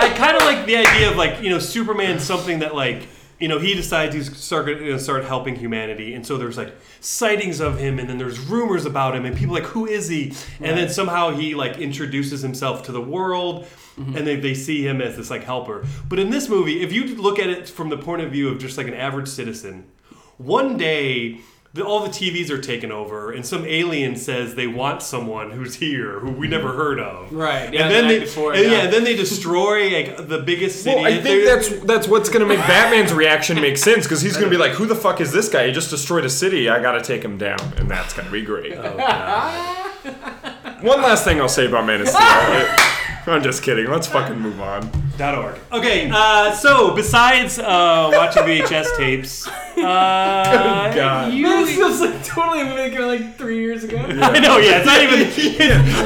S1: I kind of like the idea of like you know Superman something that like you know he decides he's start going to start helping humanity, and so there's like sightings of him, and then there's rumors about him, and people like who is he, and then somehow he like introduces himself to the world.
S3: Mm-hmm.
S1: And they, they see him as this like helper. But in this movie, if you look at it from the point of view of just like an average citizen, one day the, all the TVs are taken over, and some alien says they want someone who's here who we never heard of.
S3: Mm-hmm. Right,
S1: And
S3: yeah, the
S1: then
S3: night
S1: they,
S3: before,
S1: and yeah.
S3: yeah.
S1: and then they destroy like the biggest city.
S2: Well, I
S1: and they're-
S2: think that's that's what's gonna make Batman's reaction make sense because he's gonna be like, "Who the fuck is this guy? He just destroyed a city. I gotta take him down," and that's gonna be great. Oh, One last thing I'll say about Man of Steel. I'm just kidding. Let's fucking move on.
S1: .org. Okay, uh, so besides uh, watching VHS tapes, uh,
S2: God.
S5: You,
S3: This feels like totally a maker like three years ago.
S1: I know, yeah. It's not even.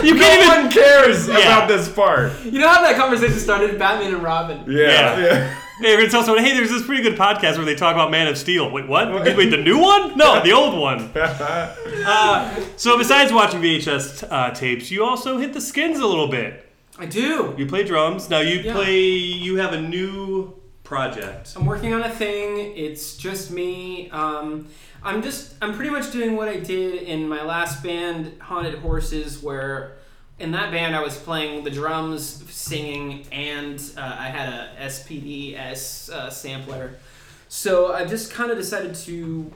S1: You
S2: no
S1: can't even.
S2: one cares
S1: Yeah.
S2: about this part.
S3: You know how that conversation started? Batman and Robin.
S2: Yeah.
S1: Yeah.
S2: yeah.
S1: They're gonna tell someone, hey, there's this pretty good podcast where they talk about Man of Steel. Wait, what? Wait, the new one? No, the old one. Uh, so besides watching VHS uh, tapes, you also hit the skins a little bit.
S3: I do.
S1: You play drums. Now you
S3: Yeah.
S1: play. You have a new project.
S3: I'm working on a thing. It's just me. Um, I'm just I'm pretty much doing what I did in my last band, Haunted Horses, where in that band I was playing the drums, singing, and uh, I had a SPDS uh, sampler. So I just kind of decided to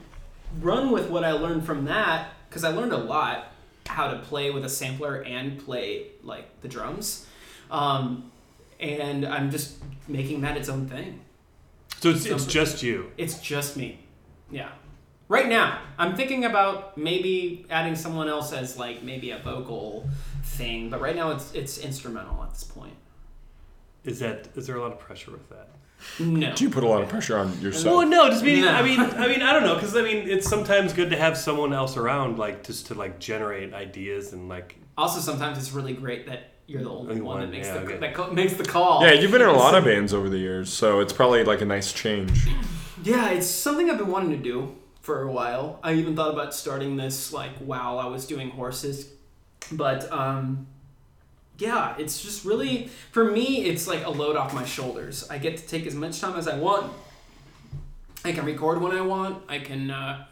S3: run with what I learned from that because I learned a lot how to play with a sampler and play like the drums. Um, and I'm just making that its own thing.
S1: So it's, it's just you.
S3: It's just me. Yeah. Right now, I'm thinking about maybe adding someone else as like maybe a vocal thing, but right now it's it's instrumental at this point.
S1: Is that? Is there a lot of pressure with that?
S3: No.
S2: Do you put a lot of pressure on yourself?
S1: Well, no, just meaning.
S3: No.
S1: I mean, I mean, I don't know, because I mean, it's sometimes good to have someone else around, like just to like generate ideas and like.
S3: Also, sometimes it's really great that you're the only
S1: Only
S3: one that
S1: one,
S3: makes
S1: yeah,
S3: the
S1: okay.
S3: that co- makes the call.
S2: Yeah, you've been in a lot of bands over the years, so it's probably like a nice change.
S3: Yeah, it's something I've been wanting to do for a while. I even thought about starting this like while I was doing horses, but um, yeah, it's just really for me. It's like a load off my shoulders. I get to take as much time as I want. I can record when I want. I can uh,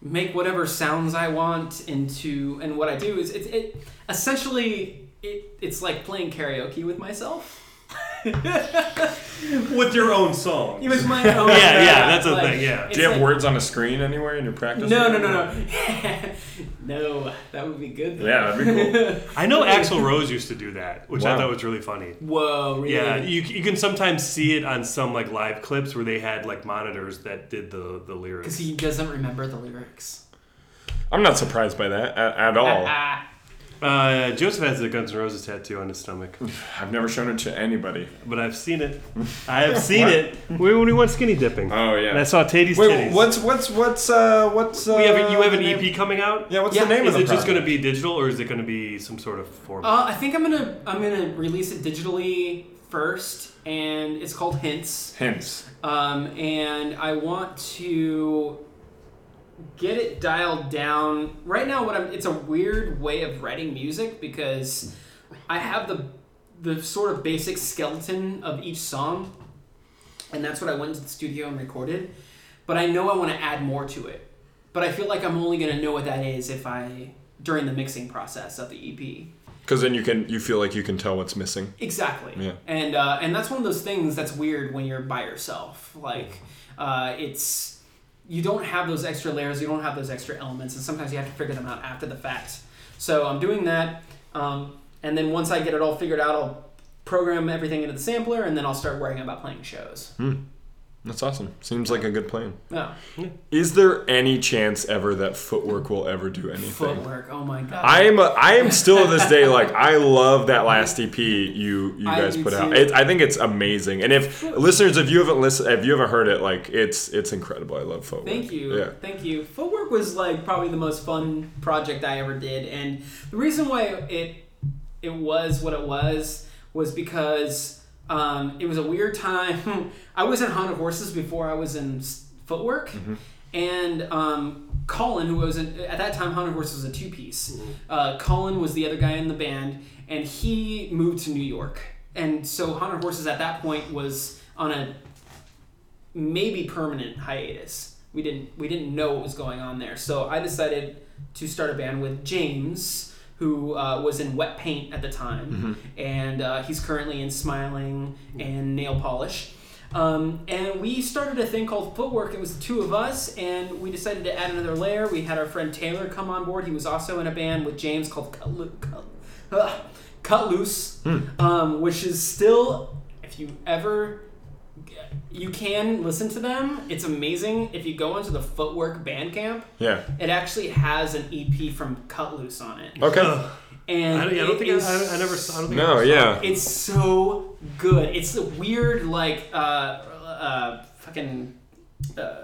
S3: make whatever sounds I want into. And what I do is it, it essentially it, it's like playing karaoke with myself.
S1: With your own song.
S3: It was my own.
S1: Yeah, yeah, that's a thing, yeah.
S3: it's
S2: Do you have
S3: like-
S2: words on a screen anywhere in your practice?
S3: No, no, no, no. no, that would be good. Though.
S2: Yeah, that'd be cool.
S1: I know Axl Rose used to do that, which I
S2: Wow.
S1: thought was really funny.
S3: Whoa, really?
S1: Yeah, you, you can sometimes see it on some like live clips where they had like monitors that did the the lyrics.
S3: Because he doesn't remember the lyrics.
S2: I'm not surprised by that at, at all.
S3: Ah,
S1: Uh, Joseph has a Guns N' Roses tattoo on his stomach,
S2: I've never shown it to anybody.
S1: but I've seen it. I have seen it. We, when we went skinny dipping.
S2: Oh, yeah.
S1: And I saw Teddy's
S2: Wait,
S1: titties.
S2: what's what's what's uh what's uh,
S1: We have a, you have an
S2: the name-
S1: EP coming out.
S2: Yeah, what's
S3: Yeah,
S2: the name
S1: Is
S2: of
S1: it
S2: the
S1: just going to
S2: project?
S1: be digital, or is it going to be some sort of format?
S3: uh, I think I'm gonna I'm gonna release it digitally first, and it's called Hints.
S2: hints?
S3: Um, and I want to get it dialed down. Right now, what I'm it's a weird way of writing music because I have the the sort of basic skeleton of each song, and that's what I went to the studio and recorded. But I know I want to add more to it. But I feel like I'm only gonna know what that is if I during the mixing process of the E EP.
S2: Because then you can you feel like you can tell what's missing.
S3: Exactly.
S2: Yeah.
S3: And uh, and that's one of those things that's weird when you're by yourself. Like uh, it's you don't have those extra layers, you don't have those extra elements, and sometimes you have to figure them out after the fact. So I'm doing that, um, and then once I get it all figured out, I'll program everything into the sampler, and then I'll start worrying about playing shows.
S2: That's awesome. Seems like a good plan.
S3: Oh,
S2: Is there any chance ever that footwork will ever do anything?
S3: footwork! Oh my god!
S2: I am a, I am still to this day like I love that last EP you you
S3: I
S2: guys
S3: do
S2: put out.
S3: too.
S2: It, I think it's amazing. And if listeners, if you haven't listened, if you haven't heard it, like it's it's incredible. I love folk.
S3: Thank you.
S2: Yeah.
S3: Thank you. Footwork was like probably the most fun project I ever did and the reason why it it was what it was was because um, it was a weird time. I was in Haunted Horses before I was in s- Footwork. And um, Colin, who was in, at that time, Haunted Horses was a two piece. Uh, Colin was the other guy in the band, and he moved to New York. And so Haunted Horses at that point was on a maybe permanent hiatus. We didn't we didn't know what was going on there, so I decided to start a band with James, who uh, was in Wet Paint at the time, and uh, he's currently in Smiling and Nail Polish. Um, and we started a thing called Footwork. It was the two of us, and we decided to add another layer. We had our friend Taylor come on board. He was also in a band with James called Cut, Lo- Cut, Ugh, Cut Loose, um, which is still, if you ever you can listen to them. It's amazing. If you go onto the Footwork Bandcamp,
S2: Yeah.
S3: it actually has an EP from Cut Loose on it.
S2: Okay.
S1: Ugh.
S3: And
S1: I don't, yeah, I don't
S3: it
S1: think I,
S3: is-
S1: I, I never. saw- I don't think I
S2: No.
S1: ever saw
S2: Yeah.
S3: It's so good. It's the weird, like, uh, uh, fucking. Uh,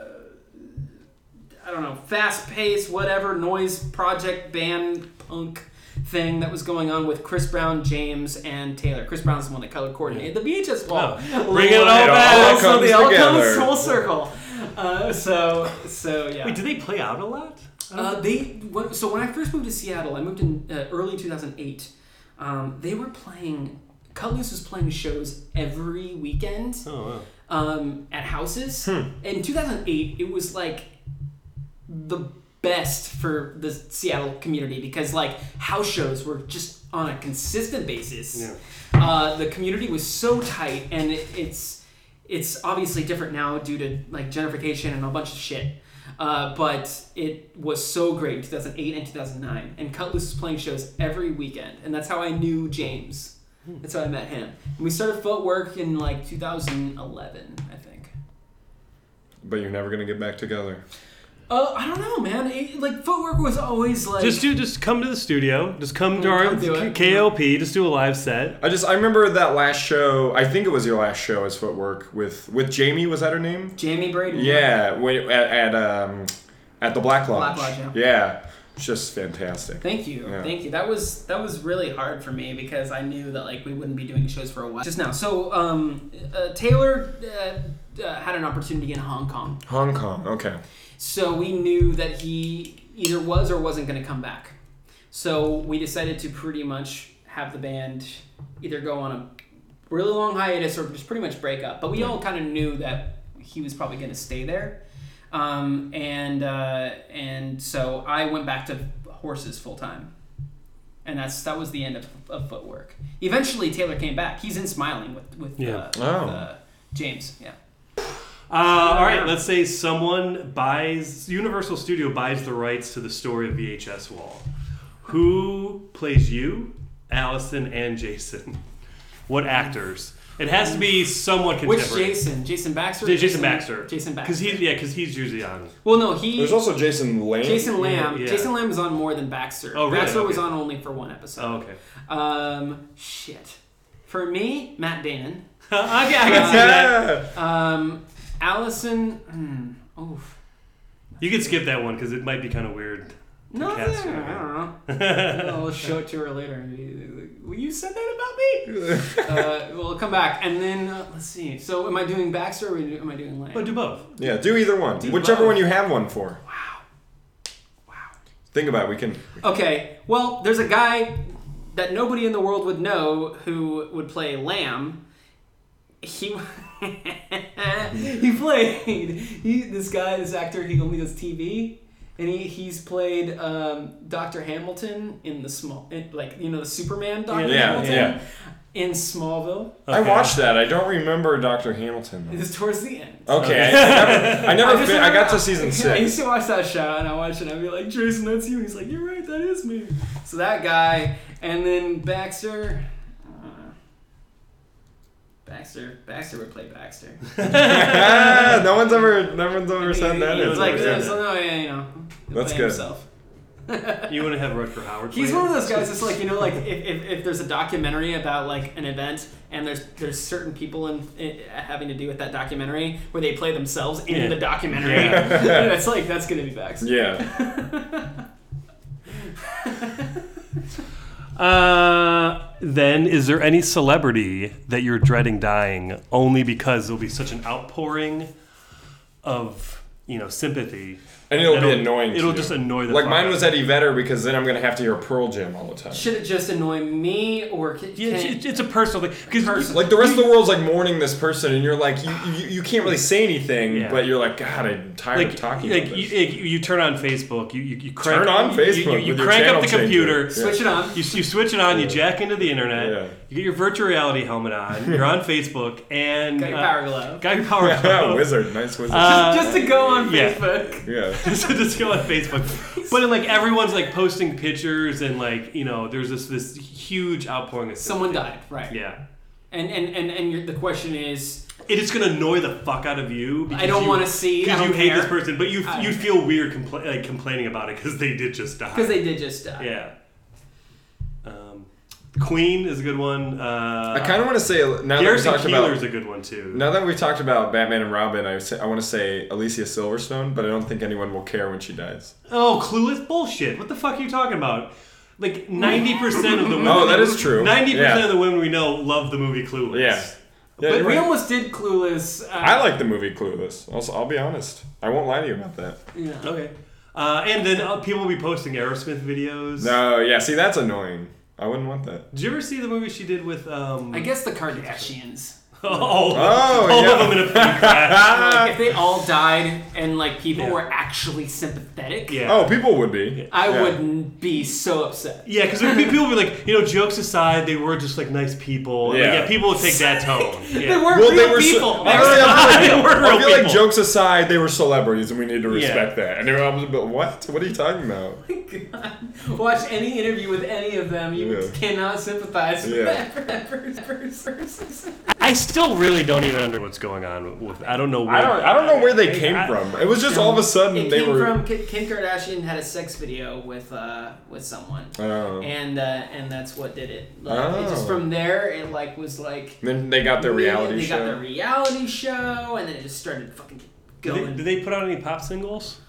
S3: I don't know, fast paced, whatever, noise project, band, punk thing that was going on with Chris Brown, James, and Taylor. Chris Brown's the one that color coordinated the VHS wall.
S1: Oh, bring it all back.
S2: all
S3: so they
S2: comes
S3: all
S2: together.
S3: come full circle. Uh, so, so yeah.
S1: Wait, do they play out a lot?
S3: Uh, they when, so when I first moved to Seattle, I moved in uh, early 2008. Um, they were playing. Cut Loose was playing shows every weekend
S1: Oh, wow.
S3: um, at houses. In 2008, it was like the best for the Seattle community because like house shows were just on a consistent basis.
S1: Yeah.
S3: Uh, the community was so tight, and it, it's it's obviously different now due to like gentrification and a bunch of shit. Uh, but it was so great in 2008 and 2009, and Cutlass was playing shows every weekend, and that's how I knew James. That's how I met him. And we started footwork in like 2011, I think.
S2: But you're never gonna get back together.
S3: Uh, I don't know, man. It- like footwork was always like
S1: Just do, just come to the studio. Just come to
S3: Mm,
S1: our
S3: come do it.
S1: KLP. Just do a live set.
S2: I just I remember that last show. I think it was your last show as Footwork with with Jamie. Was that her name?
S3: Jamie Braden.
S2: Yeah, when, at, at um at the Black Lodge.
S3: Black Lodge,
S2: yeah. It's just fantastic.
S3: Thank you,
S2: Yeah.
S3: thank you. That was that was really hard for me because I knew that like we wouldn't be doing shows for a while just now. So um, uh, Taylor uh, uh, had an opportunity in Hong Kong,
S2: Hong Kong. Okay.
S3: so we knew that he either was or wasn't going to come back. So we decided to pretty much have the band either go on a really long hiatus or just pretty much break up. But we all kind of knew that he was probably going to stay there, um, and uh, and so I went back to horses full time, and that's that was the end of, of footwork. Eventually, Taylor came back. He's in Smiling with with,
S1: Yeah.
S3: uh, with,
S2: Oh.
S3: uh, James. Yeah.
S1: Uh, all right, let's say someone buys Universal Studio buys the rights to the story of VHS Wall. Who plays you, Allison, and Jason? What actors? It has to be somewhat
S3: Which
S1: contemporary.
S3: Jason? Jason Baxter.
S1: Jason, Baxter.
S3: Jason Baxter.
S1: Because he's yeah, because he's usually on.
S3: well, no, he.
S2: There's also Jason Lane.
S3: Jason Lamb.
S1: yeah.
S3: Jason Lamb was on more than Baxter.
S1: Oh, really?
S3: Baxter was
S1: Okay.
S3: on only for one episode.
S1: Oh, okay.
S3: Um, shit. For me, Matt Damon.
S1: okay, I can see that.
S2: Yeah.
S3: Um, Allison. Hmm, oof.
S1: You can skip that one because it might be kind of weird.
S3: No, I
S1: Cats,
S3: don't know. I'll show it to her later. Will you said that about me? uh, we'll come back and then uh, let's see. So, am I doing Baxter or am I doing Lamb?
S1: But do both.
S2: Yeah, do either one. Whichever
S3: both.
S2: one you have one for.
S3: wow.
S2: Think about it. We can.
S3: Okay, well, there's a guy that nobody in the world would know who would play Lamb. He he played he, this guy, this actor. He only does TV, and he, he's played um, Doctor Hamilton in the small, in, like you know, the Superman Doctor
S2: Yeah,
S3: Hamilton
S2: yeah.
S3: in Smallville.
S2: I
S1: Okay.
S2: watched that. I don't remember Dr. Hamilton.
S3: It
S2: though.
S3: was towards the end.
S2: Okay. I never. I, never
S3: just
S2: fin- I got
S3: remember-
S2: to season
S3: I used
S2: six.
S3: to watch that show, and I watched it, and I'd be like, Jason, that's you. He's like, you're right, that is me. So that guy, and then Baxter. uh, Baxter, Baxter would play Baxter.
S2: Ah, no one's ever. No one's ever said that.
S3: It's
S2: It's
S3: like,
S2: never
S3: this,
S2: said
S3: oh, yeah, you know, he'll
S2: That's
S3: play
S2: good.
S3: Himself.
S1: You want to have Rutger Howard?
S3: He's
S1: play
S3: one of
S1: it?
S3: those guys that's like you know like if, if, if there's a documentary about like an event and there's there's certain people in, in having to do with that documentary where they play themselves in
S1: Yeah.
S3: the documentary.
S2: Yeah.
S3: That's like that's gonna be Baxter.
S2: that. Yeah.
S1: Uh, then is there any celebrity that you're dreading dying only because there'll be such an outpouring of you know sympathy
S2: And it'll
S1: That'll-
S2: be annoying. to
S1: it'll
S2: you.
S1: just annoy the
S2: Like
S1: fuck
S2: mine
S1: out
S2: was
S1: of
S2: Eddie Vedder because then I'm gonna have to hear Pearl Jam all the time.
S3: Should it just annoy me or can,
S1: you. yeah,
S3: can-
S1: it's, it's a personal thing because
S2: Like the rest of the world's like mourning this person, and you're like, you you, you can't really say anything,
S1: Yeah.
S2: but you're like, God, I'm tired
S1: like,
S2: of talking
S1: like,
S2: about
S1: you,
S2: this.
S1: like, you you turn on Facebook, you you, you crank,
S2: Turn on
S1: you- you-
S2: Facebook
S1: you, you
S2: with your
S1: crank up
S2: channel
S1: the
S2: changer.
S1: computer,
S2: Yeah.
S3: switch it on?
S1: you, you switch it on, you jack into the internet,
S2: Yeah.
S1: you get your virtual reality helmet on, you're on Facebook, and
S3: Got your
S1: uh,
S3: power glove.
S1: got your power glove.
S2: wizard, nice wizard.
S1: Uh,
S3: just to go on
S1: yeah.
S3: Facebook.
S2: yeah.
S1: so just go on Facebook. But then, like everyone's like posting pictures and like you know, there's this this huge outpouring of
S3: Someone died, right?
S1: Yeah,
S3: And and and and you're, the question is,
S1: it is gonna annoy the fuck out of you. Because
S3: I don't
S1: you-
S3: want to see. I
S1: because
S3: don't
S1: you hate
S3: care,
S1: this person, but you
S3: I-
S1: you feel weird compla- like complaining about it because they did just die.
S3: because they did just die.
S1: yeah. Um, Queen is a good one. Uh,
S2: I kind of want to say now that we
S1: Garrison
S2: talked
S1: Keeler's
S2: about
S1: a good one too.
S2: now that we talked about Batman and Robin, I say, I want to say Alicia Silverstone, but I don't think anyone will care when she dies.
S1: Oh, clueless bullshit. What the fuck are you talking about? Like ninety percent of the women.
S2: Oh, that is true.
S1: Ninety percent
S2: Yeah.
S1: of the women we know love the movie Clueless.
S2: Yeah, yeah.
S3: but
S2: you're
S3: we
S2: right.
S3: almost did Clueless. Uh,
S2: I like the movie Clueless. I'll, I'll be honest. I won't lie to you about that.
S3: yeah.
S1: Okay. Uh, and then uh, people will be posting Aerosmith videos.
S2: No, Oh, yeah. See, that's annoying. I wouldn't want that.
S1: Did you ever see the movie she did with? Um,
S3: I guess the Kardashians.
S1: oh, all
S2: Oh,
S1: all
S2: yeah. Oh,
S1: of them in a plane crash.
S3: Like, if they all died and like people
S1: Yeah.
S3: were actually sympathetic,
S1: Yeah.
S2: Oh, people would be.
S3: I
S2: Yeah.
S3: wouldn't be so upset.
S1: Yeah, because people would be like, you know, jokes aside, they were just like nice people. And, like,
S2: Yeah.
S1: yeah, people would take that tone. Yeah.
S3: They weren't
S2: Well,
S3: real
S2: they were. ce-
S3: people.
S2: honestly, I
S3: They were-
S2: feel like-
S1: They were
S2: I
S1: real
S2: feel like
S1: people.
S2: jokes aside, they were celebrities, and we need to respect that. And everyone was but what? What are you talking about?
S3: Watch any interview with any of them, you
S2: Yeah.
S3: cannot sympathize with
S2: Yeah.
S3: that- that person.
S1: I still really don't even understand what's going on with. I don't know. What,
S2: I don't. I don't know where they came
S1: I-
S2: from. It was just all of a sudden
S3: It
S2: they
S3: came
S2: were.
S3: from Ki- Kim Kardashian had a sex video with uh, with someone,
S2: Oh.
S3: and uh, and that's what did it. Like, it just
S2: Oh.
S3: from there, it like was like
S2: then they got their reality
S3: They
S2: show.
S3: got their reality show, and then it just started fucking
S1: Did they,
S3: going.
S1: did they put out any pop singles?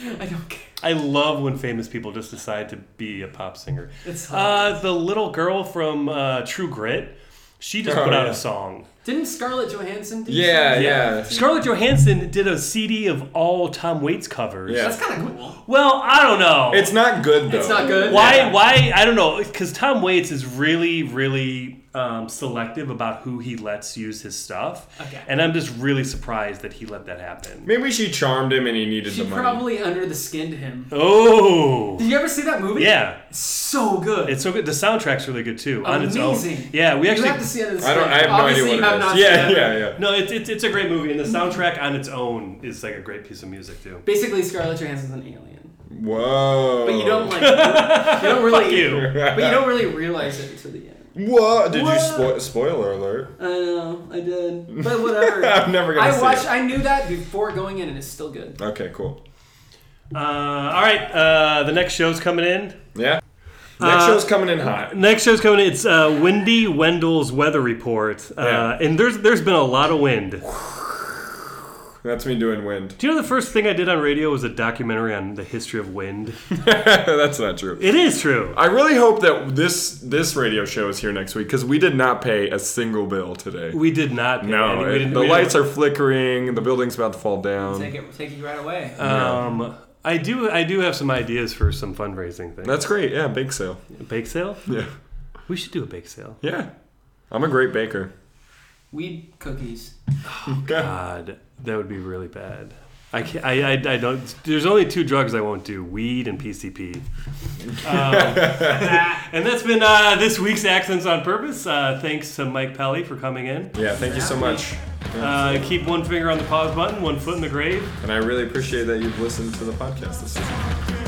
S3: I don't care.
S1: I love when famous people just decide to be a pop singer.
S3: It's
S1: Uh, the little girl from uh, True Grit, she just
S2: Oh,
S1: put out
S2: yeah.
S1: a song.
S3: Didn't Scarlett Johansson do?
S2: yeah,
S3: something?
S2: yeah.
S1: Scarlett Johansson did a CD of all Tom Waits covers.
S2: Yeah.
S3: that's kind of cool.
S1: Well, I don't know.
S2: It's not good though.
S3: It's not good.
S1: why?
S3: Yeah.
S1: Why? I don't know. Because Tom Waits is really, really um, selective about who he lets use his stuff.
S3: Okay.
S1: And I'm just really surprised that he let that happen.
S2: Maybe she charmed him and he needed
S3: She
S2: the money.
S3: probably under the skinned him.
S1: Oh.
S3: Did you ever see that movie?
S1: Yeah.
S3: It's so good.
S1: It's so good. The soundtrack's really good too. On its
S3: amazing.
S1: own. Yeah, we actually
S3: You have to see it. Under the
S2: I don't.
S3: Skin.
S2: I have
S3: Obviously,
S2: no idea
S3: you
S2: what
S3: have
S2: it is.
S3: not seen
S2: yeah,
S3: that.
S2: yeah, yeah.
S1: No, it's, it's it's a great movie, and the soundtrack on its own is like a great piece of music too.
S3: Basically, Scarlett Johansson's an alien,
S2: Whoa.
S3: but you don't like. you don't really.
S1: Oh. Fuck you.
S3: But you don't really realize it until the end.
S2: Whoa! Did you
S3: Whoa.
S2: spoil? Spoiler alert!
S3: I know, I did, but whatever.
S2: I'm never gonna
S3: Uh, I
S2: see
S3: watched.
S2: it.
S3: I knew that before going in, and it's still good.
S2: Okay, cool.
S1: Uh, all right, uh, the next show's coming in.
S2: Yeah.
S3: Uh,
S2: Next show's coming in hot.
S1: Next show's coming in. It's uh, Windy Wendell's weather report, uh,
S2: Yeah.
S1: and there's there's been a lot of wind.
S2: That's me doing wind.
S1: Do you know the first thing I did on radio was a documentary on the history of wind?
S2: That's not true.
S1: It is true.
S2: I really hope that this this radio show is here next week because we did not pay a single bill today.
S1: We did not. pay
S2: no,
S1: any- we
S2: it-
S1: didn't-
S2: the
S1: we didn't-
S2: lights are flickering. The building's about to fall down.
S3: Take it. Take you right away.
S1: Um, I do. I do have some ideas for some fundraising things.
S2: That's great. Yeah, bake sale.
S1: bake sale.
S2: Yeah,
S1: We should do a bake sale.
S2: yeah. I'm a great baker.
S3: Weed cookies.
S1: God, that would be really bad. I can't. I, I, I don't. There's only two drugs I won't do: weed and PCP. Um, and that's been uh, this week's accents on purpose. Uh, thanks to Mike Pelly for coming in.
S2: Yeah, thank you so much.
S1: Uh, keep one finger on the pause button, one foot in the grave.
S2: And I really appreciate that you've listened to the podcast this season.